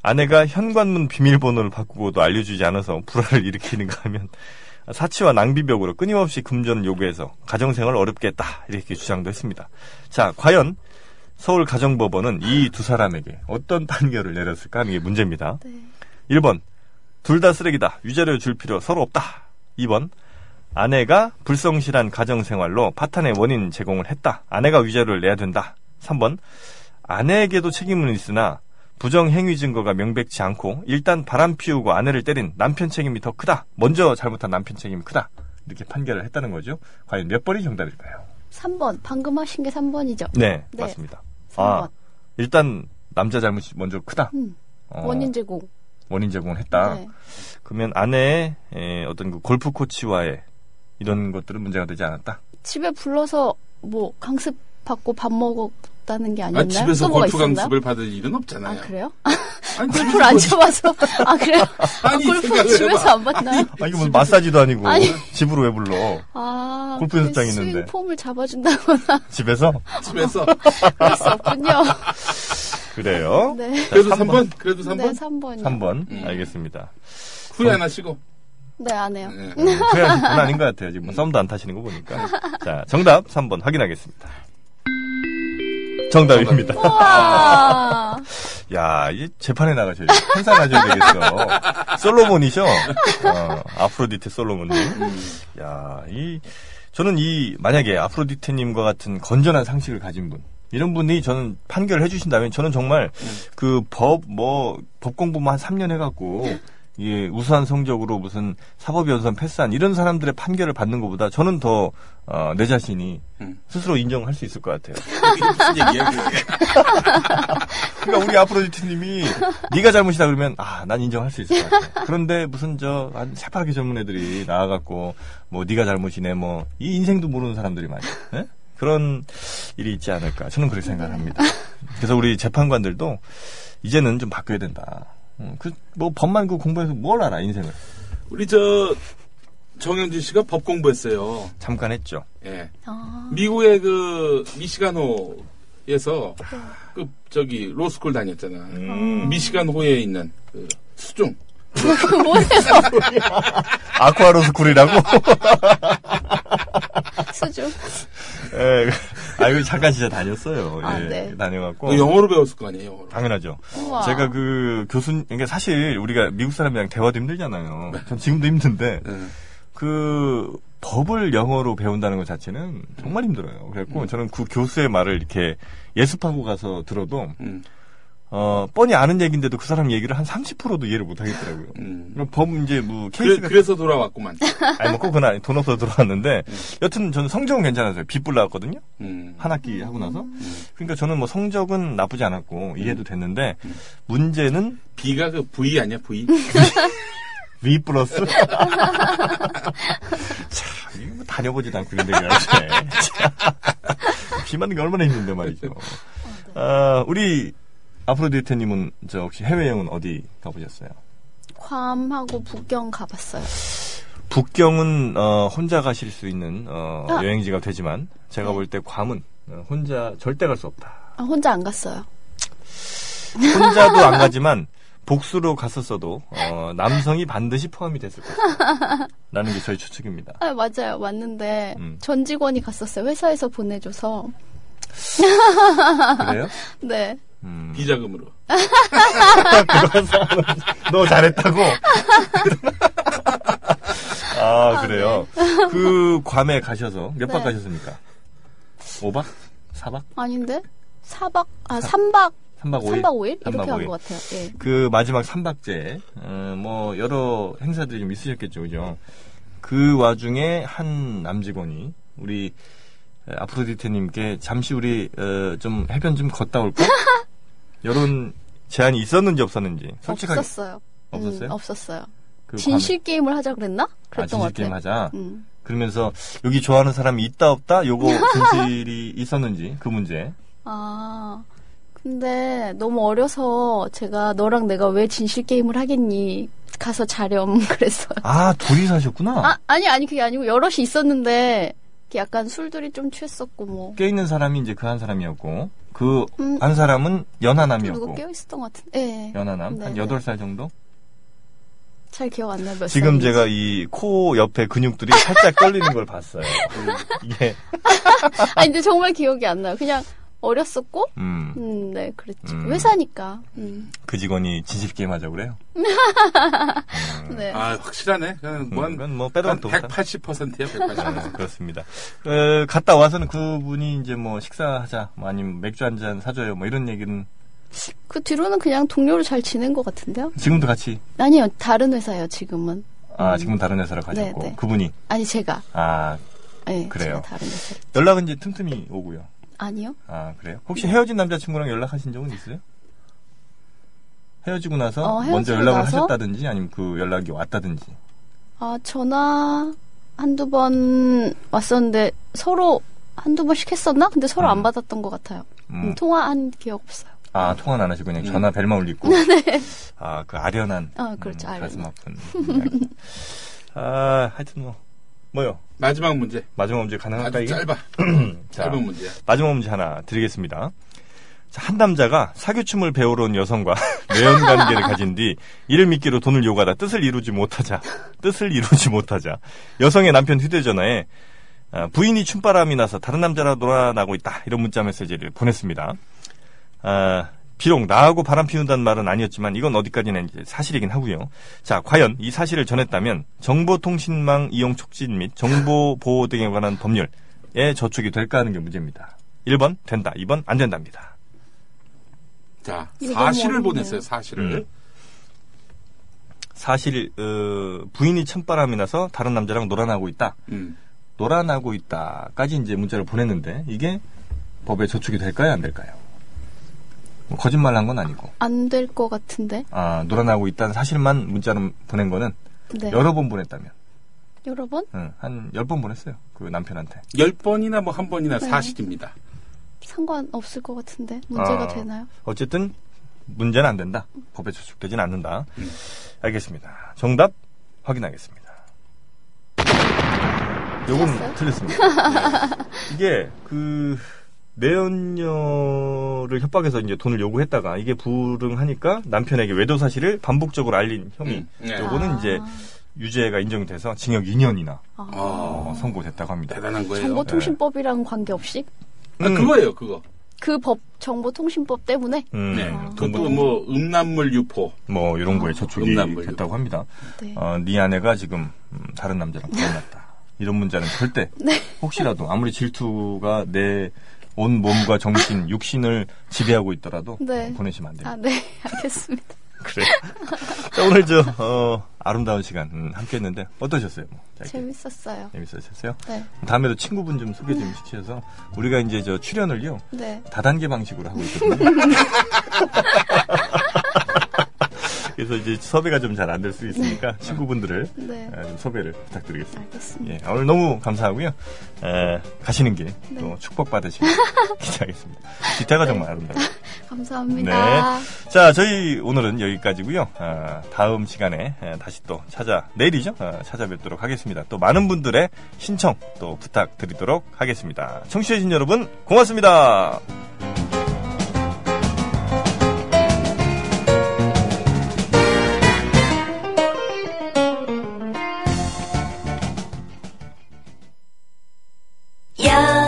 [SPEAKER 2] 아내가 현관문 비밀번호를 바꾸고도 알려주지 않아서 불화를 일으키는가 하면 사치와 낭비벽으로 끊임없이 금전을 요구해서 가정생활을 어렵게 했다. 이렇게 주장도 했습니다. 자, 과연 서울가정법원은 이 두 사람에게 어떤 판결을 내렸을까 하는 게 문제입니다.
[SPEAKER 3] 네.
[SPEAKER 2] 1번, 둘 다 쓰레기다. 위자료 줄 필요 서로 없다. 2번, 아내가 불성실한 가정생활로 파탄의 원인 제공을 했다. 아내가 위자료를 내야 된다. 3번, 아내에게도 책임은 있으나 부정행위 증거가 명백치 않고 일단 바람 피우고 아내를 때린 남편 책임이 더 크다. 먼저 잘못한 남편 책임이 크다. 이렇게 판결을 했다는 거죠. 과연 몇 번이 정답일까요?
[SPEAKER 3] 3번. 방금 하신 게 3번이죠.
[SPEAKER 2] 네,
[SPEAKER 3] 네.
[SPEAKER 2] 맞습니다.
[SPEAKER 3] 3번.
[SPEAKER 2] 아, 일단 남자 잘못이 먼저 크다.
[SPEAKER 3] 음,
[SPEAKER 2] 어,
[SPEAKER 3] 원인 제공.
[SPEAKER 2] 원인 제공을 했다.
[SPEAKER 3] 네.
[SPEAKER 2] 그러면 아내의 에, 어떤 그 골프 코치와의 이런 것들은 문제가 되지 않았다.
[SPEAKER 3] 집에 불러서 뭐 강습 받고 밥 먹고 없다는 게
[SPEAKER 4] 아,
[SPEAKER 3] 아니었나요?
[SPEAKER 4] 집에서
[SPEAKER 3] 또뭐가
[SPEAKER 4] 골프
[SPEAKER 3] 있었나요?
[SPEAKER 4] 강습을 받을 일은
[SPEAKER 3] 아
[SPEAKER 4] 없잖아요.
[SPEAKER 3] 그래요?
[SPEAKER 4] 아니, 뭐,
[SPEAKER 3] 골프를 안 쳐봐서 아 그래요? 아,
[SPEAKER 4] 아니,
[SPEAKER 3] 골프
[SPEAKER 4] 생각을
[SPEAKER 3] 집에서
[SPEAKER 4] 해봐.
[SPEAKER 3] 안 봤나요?
[SPEAKER 2] 아, 이게 무슨 마사지도 아니고
[SPEAKER 3] 아니.
[SPEAKER 2] 집으로 왜 불러?
[SPEAKER 3] 아
[SPEAKER 2] 골프 연습장이 있는데.
[SPEAKER 3] 스윙 폼을 잡아준다거나
[SPEAKER 2] 집에서?
[SPEAKER 4] 집에서.
[SPEAKER 3] 그럴 수 없군요.
[SPEAKER 2] 그래요.
[SPEAKER 3] 네,
[SPEAKER 4] 그래도 3번? 그래도 3번?
[SPEAKER 3] 네 3번이요.
[SPEAKER 2] 3번.
[SPEAKER 4] 음.
[SPEAKER 2] 알겠습니다.
[SPEAKER 4] 후회 안 하시고.
[SPEAKER 3] 네안 해요.
[SPEAKER 4] 네.
[SPEAKER 2] 음, 그래야지 분 아닌 것 같아요. 지금 뭐 썸도 안 타시는 거 보니까. 자, 정답 3번 확인하겠습니다. 정답입니다.
[SPEAKER 3] 와
[SPEAKER 2] 야, 이 재판에 나가셔야 돼. 행사 가셔야 되겠어. 솔로몬이셔. 어, 아프로디테 솔로몬님. 야, 이 저는 이 만약에 아프로디테님과 같은 건전한 상식을 가진 분 이런 분이 저는 판결을 해주신다면 저는 정말 그 법 뭐 법 공부만 한 3년 해갖고 예, 우수한 성적으로 무슨 사법연수원 패스한 이런 사람들의 판결을 받는 것보다 저는 더, 어, 내 자신이
[SPEAKER 4] 음.
[SPEAKER 2] 스스로 인정할 수 있을 것 같아요.
[SPEAKER 4] 무슨 얘기야, 그게.
[SPEAKER 2] 그러니까 우리 아프로디트님이 네가 잘못이다 그러면 아 난 인정할 수 있을 것 같아. 그런데 무슨 저 한 새파랗게 전문 애들이 나와갖고 뭐 네가 잘못이네 뭐 이 인생도 모르는 사람들이 많이 예? 그런 일이 있지 않을까 저는 그렇게 생각합니다. 그래서 우리 재판관들도 이제는 좀 바꿔야 된다. 그 뭐 법만 그 공부해서 뭘 알아 인생을
[SPEAKER 4] 우리 저, 정영진 씨가 법 공부했어요.
[SPEAKER 2] 잠깐 했죠.
[SPEAKER 4] 예.
[SPEAKER 3] 아,
[SPEAKER 4] 미국의 그, 미시간호에서, 그, 저기, 로스쿨 다녔잖아.
[SPEAKER 2] 음.
[SPEAKER 4] 미시간호에 있는, 그, 수중.
[SPEAKER 3] 그
[SPEAKER 2] 아쿠아로스쿨이라고.
[SPEAKER 3] 수중.
[SPEAKER 2] 예. 아이고 잠깐 진짜 다녔어요.
[SPEAKER 3] 아,
[SPEAKER 2] 예,
[SPEAKER 3] 네.
[SPEAKER 2] 다녀갖고
[SPEAKER 4] 그 영어로 배웠을 거 아니에요, 영어로.
[SPEAKER 2] 당연하죠.
[SPEAKER 3] 우와.
[SPEAKER 2] 제가 그 교수님, 그러니까 사실 우리가 미국 사람이랑 대화도 힘들잖아요.
[SPEAKER 4] 네.
[SPEAKER 2] 전 지금도 힘든데,
[SPEAKER 4] 예.
[SPEAKER 2] 그 법을 영어로 배운다는 것 자체는 정말 힘들어요. 그래갖고
[SPEAKER 4] 음.
[SPEAKER 2] 저는 그 교수의 말을 이렇게 예습하고 가서 들어도,
[SPEAKER 4] 음,
[SPEAKER 2] 어, 뻔히 아는 얘기인데도 그 사람 얘기를 한 30%도 이해를 못 하겠더라고요.
[SPEAKER 4] 음.
[SPEAKER 2] 그럼 법 이제 뭐
[SPEAKER 4] 그래,
[SPEAKER 2] 케이스가
[SPEAKER 4] 그래서 돌아왔구만.
[SPEAKER 2] 아니 뭐꼭 그건 아니 돈 없어서 들어왔는데 여튼 저는 성적은 괜찮았어요 빗불 나왔거든요
[SPEAKER 4] 음. 음.
[SPEAKER 2] 한 학기 하고 나서 그러니까 저는 뭐 성적은 나쁘지 않았고 이해도 됐는데 문제는
[SPEAKER 4] B가 그 V 아니야, V?
[SPEAKER 2] 위 플러스? 참, 이거 뭐 다녀보지도 않고 근데 비 맞는 게 얼마나 힘든데 말이죠. 아, 우리 아프로디테님은 저 혹시 해외 여행은 어디 가보셨어요?
[SPEAKER 3] 괌하고 북경 가봤어요.
[SPEAKER 2] 북경은 어, 혼자 가실 수 있는 어,
[SPEAKER 3] 아.
[SPEAKER 2] 여행지가 되지만 제가 볼 때 괌은 어, 혼자 절대 갈 수 없다.
[SPEAKER 3] 아, 혼자 안 갔어요.
[SPEAKER 2] 혼자도 안 가지만 복수로 갔었어도 어, 남성이 반드시 포함이 됐을 것이다. 라는 게 저희 추측입니다.
[SPEAKER 3] 아, 맞아요. 왔는데
[SPEAKER 2] 음.
[SPEAKER 3] 전 직원이 갔었어요. 회사에서 보내줘서.
[SPEAKER 2] 그래요?
[SPEAKER 3] 네.
[SPEAKER 2] 음.
[SPEAKER 4] 비자금으로.
[SPEAKER 2] 너 잘했다고. 아 그래요. 그 괌에 가셔서 몇 박
[SPEAKER 3] 네.
[SPEAKER 2] 가셨습니까? 5박? 4박?
[SPEAKER 3] 아닌데? 4박 아 3박
[SPEAKER 2] 3박 5일?
[SPEAKER 3] 3박 5일 이렇게
[SPEAKER 2] 삼박
[SPEAKER 3] 한
[SPEAKER 2] 오일.
[SPEAKER 3] 것 같아요. 예.
[SPEAKER 2] 그 마지막 3박제 뭐 여러 행사들이 좀 있으셨겠죠, 그죠? 그 와중에 한 남직원이 우리 에, 아프로디테님께 잠시 우리 어, 좀 해변 좀 걷다 올까? 이런 제안이 있었는지 없었는지 솔직하게
[SPEAKER 3] 없었어요. 음,
[SPEAKER 2] 없었어요?
[SPEAKER 3] 없었어요.
[SPEAKER 2] 그
[SPEAKER 3] 진실 게임을 하자 그랬나?
[SPEAKER 2] 괌에- 아,
[SPEAKER 3] 그랬던
[SPEAKER 2] 진실
[SPEAKER 3] 것 같아요.
[SPEAKER 2] 게임 하자.
[SPEAKER 3] 음.
[SPEAKER 2] 그러면서 여기 좋아하는 사람이 있다 없다 요거 진실이 있었는지 그 문제
[SPEAKER 3] 아. 근데 너무 어려서 제가 너랑 내가 왜 진실 게임을 하겠니? 가서 자렴 그랬어요.
[SPEAKER 2] 아 둘이 사셨구나
[SPEAKER 3] 아, 아니 아니 그게 아니고 여럿이 있었는데 이렇게 약간 술들이 좀 취했었고 뭐
[SPEAKER 2] 깨 있는 사람이 이제 그 한 사람이었고 그 한
[SPEAKER 3] 음.
[SPEAKER 2] 사람은
[SPEAKER 3] 누가
[SPEAKER 2] 연하남이었고
[SPEAKER 3] 깨어 있었던 것 같은데. 예.
[SPEAKER 2] 연하남
[SPEAKER 3] 네,
[SPEAKER 2] 한
[SPEAKER 3] 네.
[SPEAKER 2] 여덟 살 정도
[SPEAKER 3] 잘 기억 안 나요. 몇
[SPEAKER 2] 지금
[SPEAKER 3] 살인지.
[SPEAKER 2] 제가 이 코 옆에 근육들이 살짝 떨리는 걸 봤어요 이게
[SPEAKER 3] 아니 근데 정말 기억이 안 나요. 그냥 어렸었고
[SPEAKER 2] 음,
[SPEAKER 3] 음, 네, 그랬죠.
[SPEAKER 2] 음.
[SPEAKER 3] 회사니까. 음.
[SPEAKER 2] 그 직원이 진실 게임 하자 그래요
[SPEAKER 3] 네.
[SPEAKER 4] 아, 확실하네. 그냥 뭐 한,
[SPEAKER 2] 이건 아. 뭐
[SPEAKER 4] 한
[SPEAKER 2] 빼도 도
[SPEAKER 4] 180%야, 180%.
[SPEAKER 2] 그렇습니다. 어, 갔다 와서는 그분이 이제 뭐 식사하자, 뭐 아니면 맥주 한 잔 사줘요, 뭐 이런 얘기는
[SPEAKER 3] 그 뒤로는 그냥 동료로 잘 지낸 것 같은데요?
[SPEAKER 2] 지금도 같이
[SPEAKER 3] 아니요, 다른 회사예요, 지금은.
[SPEAKER 2] 아, 지금 다른 회사로 가셨고
[SPEAKER 3] 네, 네.
[SPEAKER 2] 그분이
[SPEAKER 3] 아니, 제가.
[SPEAKER 2] 아
[SPEAKER 3] 예,
[SPEAKER 2] 그래요?
[SPEAKER 3] 제가 다른 회사.
[SPEAKER 2] 연락은 이제 틈틈이 오고요.
[SPEAKER 3] 아니요?
[SPEAKER 2] 아 그래요?
[SPEAKER 3] 네.
[SPEAKER 2] 혹시 헤어진 남자친구랑 연락하신 적은 있어요? 헤어지고 나서
[SPEAKER 3] 어, 헤어지고
[SPEAKER 2] 먼저 연락을
[SPEAKER 3] 나서?
[SPEAKER 2] 하셨다든지 아니면 그 연락이 왔다든지
[SPEAKER 3] 아, 전화 한두 번 왔었는데 서로 한두 번씩 했었나? 근데 서로
[SPEAKER 2] 음.
[SPEAKER 3] 안 받았던 것 같아요. 음,
[SPEAKER 2] 음.
[SPEAKER 3] 통화한 기억 없어요.
[SPEAKER 2] 아, 통화는 안 하시고 그냥
[SPEAKER 4] 음.
[SPEAKER 2] 전화 벨만 울리고. 아, 그 아련한. 음,
[SPEAKER 3] 아, 네. 그렇죠. 아련한.
[SPEAKER 2] 가슴 아픈. 이야기. 아, 하여튼 뭐. 뭐요?
[SPEAKER 4] 마지막 문제.
[SPEAKER 2] 마지막 문제 가능할까,
[SPEAKER 4] 아주
[SPEAKER 2] 이게?
[SPEAKER 4] 짧아.
[SPEAKER 2] 자,
[SPEAKER 4] 짧은 문제야.
[SPEAKER 2] 마지막 문제 하나 드리겠습니다. 자, 한 남자가 사교춤을 배우러 온 여성과 매연 관계를 가진 뒤 이를 믿기로 돈을 요구하다 뜻을 이루지 못하자 뜻을 이루지 못하자 여성의 남편 휴대전화에 아, 부인이 춤바람이 나서 다른 남자랑 놀아나고 있다 이런 문자 메시지를 보냈습니다. 아, 비록 나하고 바람 피운다는 말은 아니었지만 이건 어디까지나 이제 사실이긴 하고요. 자, 과연 이 사실을 전했다면 정보통신망 이용 촉진 및 정보 보호 등에 관한 법률에 저촉이 될까 하는 게 문제입니다. 1번 된다, 2번 안 된답니다.
[SPEAKER 4] 자,
[SPEAKER 3] 이거
[SPEAKER 4] 사실을
[SPEAKER 3] 너무 어렵네요.
[SPEAKER 4] 보냈어요, 사실을.
[SPEAKER 2] 사실 어, 부인이 찬바람이 나서 다른 남자랑 놀아나고 있다.
[SPEAKER 4] 음.
[SPEAKER 2] 놀아나고 있다까지 이제 문자를 보냈는데 이게 법에 저촉이 될까요, 안 될까요? 뭐 거짓말한 건 아니고
[SPEAKER 3] 안 될 것 같은데.
[SPEAKER 2] 아, 놀아나고 있다는 사실만 문자로 보낸 거는
[SPEAKER 3] 네.
[SPEAKER 2] 여러 번 보냈다면
[SPEAKER 3] 여러 번?
[SPEAKER 2] 응, 한 열 번 보냈어요. 그 남편한테.
[SPEAKER 4] 열 번이나 뭐 한 번이나
[SPEAKER 3] 네.
[SPEAKER 4] 사실입니다.
[SPEAKER 3] 상관없을 것 같은데. 문제가
[SPEAKER 2] 아.
[SPEAKER 3] 되나요?
[SPEAKER 2] 어쨌든 문제는 안 된다. 법에 저촉되진 않는다.
[SPEAKER 4] 음.
[SPEAKER 2] 알겠습니다. 정답 확인하겠습니다. 요건
[SPEAKER 3] 틀렸어요?
[SPEAKER 2] 틀렸습니다. 네. 이게 그 내연녀를 협박해서 이제 돈을 요구했다가 이게 불응하니까 남편에게 외도 사실을 반복적으로 알린 혐의.
[SPEAKER 4] 음. 네.
[SPEAKER 2] 요거는
[SPEAKER 3] 아.
[SPEAKER 2] 이제 유죄가 인정돼서 징역 2년이나
[SPEAKER 3] 아.
[SPEAKER 4] 어,
[SPEAKER 2] 선고됐다고 합니다.
[SPEAKER 4] 대단한 거예요.
[SPEAKER 3] 정보통신법이랑 관계없이
[SPEAKER 4] 아, 그거예요, 그거.
[SPEAKER 3] 그 법 정보통신법 때문에
[SPEAKER 2] 음,
[SPEAKER 4] 네. 그것도
[SPEAKER 2] 돈부터
[SPEAKER 4] 뭐 음란물 유포.
[SPEAKER 2] 뭐 이런 거에 저촉이
[SPEAKER 4] 음란물류.
[SPEAKER 2] 됐다고 합니다.
[SPEAKER 3] 네.
[SPEAKER 2] 어, 네 아내가 지금 음, 다른 남자랑 결혼했다. 이런 문제는 절대
[SPEAKER 3] 네.
[SPEAKER 2] 혹시라도 아무리 질투가 내 온 몸과 정신, 육신을 지배하고 있더라도
[SPEAKER 3] 네.
[SPEAKER 2] 어, 보내시면 안
[SPEAKER 3] 아,
[SPEAKER 2] 됩니다.
[SPEAKER 3] 네. 알겠습니다.
[SPEAKER 2] 그래요. 자, 오늘 저 어, 아름다운 시간 음, 함께했는데 어떠셨어요? 뭐, 짧게.
[SPEAKER 3] 재밌었어요.
[SPEAKER 2] 재밌으셨어요?
[SPEAKER 3] 네.
[SPEAKER 2] 다음에도 친구분 좀 소개 좀 시켜서 우리가 이제 저 출연을요
[SPEAKER 3] 네.
[SPEAKER 2] 다단계 방식으로 하고 있거든요. 그래서 이제 섭외가 좀 잘 안 될 수 있으니까 친구분들을
[SPEAKER 3] 네.
[SPEAKER 2] 아, 좀 섭외를 부탁드리겠습니다.
[SPEAKER 3] 알겠습니다.
[SPEAKER 2] 예, 오늘 너무 감사하고요. 에, 가시는 길에
[SPEAKER 3] 네.
[SPEAKER 2] 또 축복받으시길 기대하겠습니다. 기타가 정말 아름다워요.
[SPEAKER 3] 감사합니다.
[SPEAKER 2] 자, 저희 오늘은 여기까지고요. 아, 다음 시간에 에, 다시 또 찾아 내일이죠. 아, 찾아뵙도록 하겠습니다. 또 많은 분들의 신청 또 부탁드리도록 하겠습니다. 청취해주신 여러분 고맙습니다.
[SPEAKER 1] 야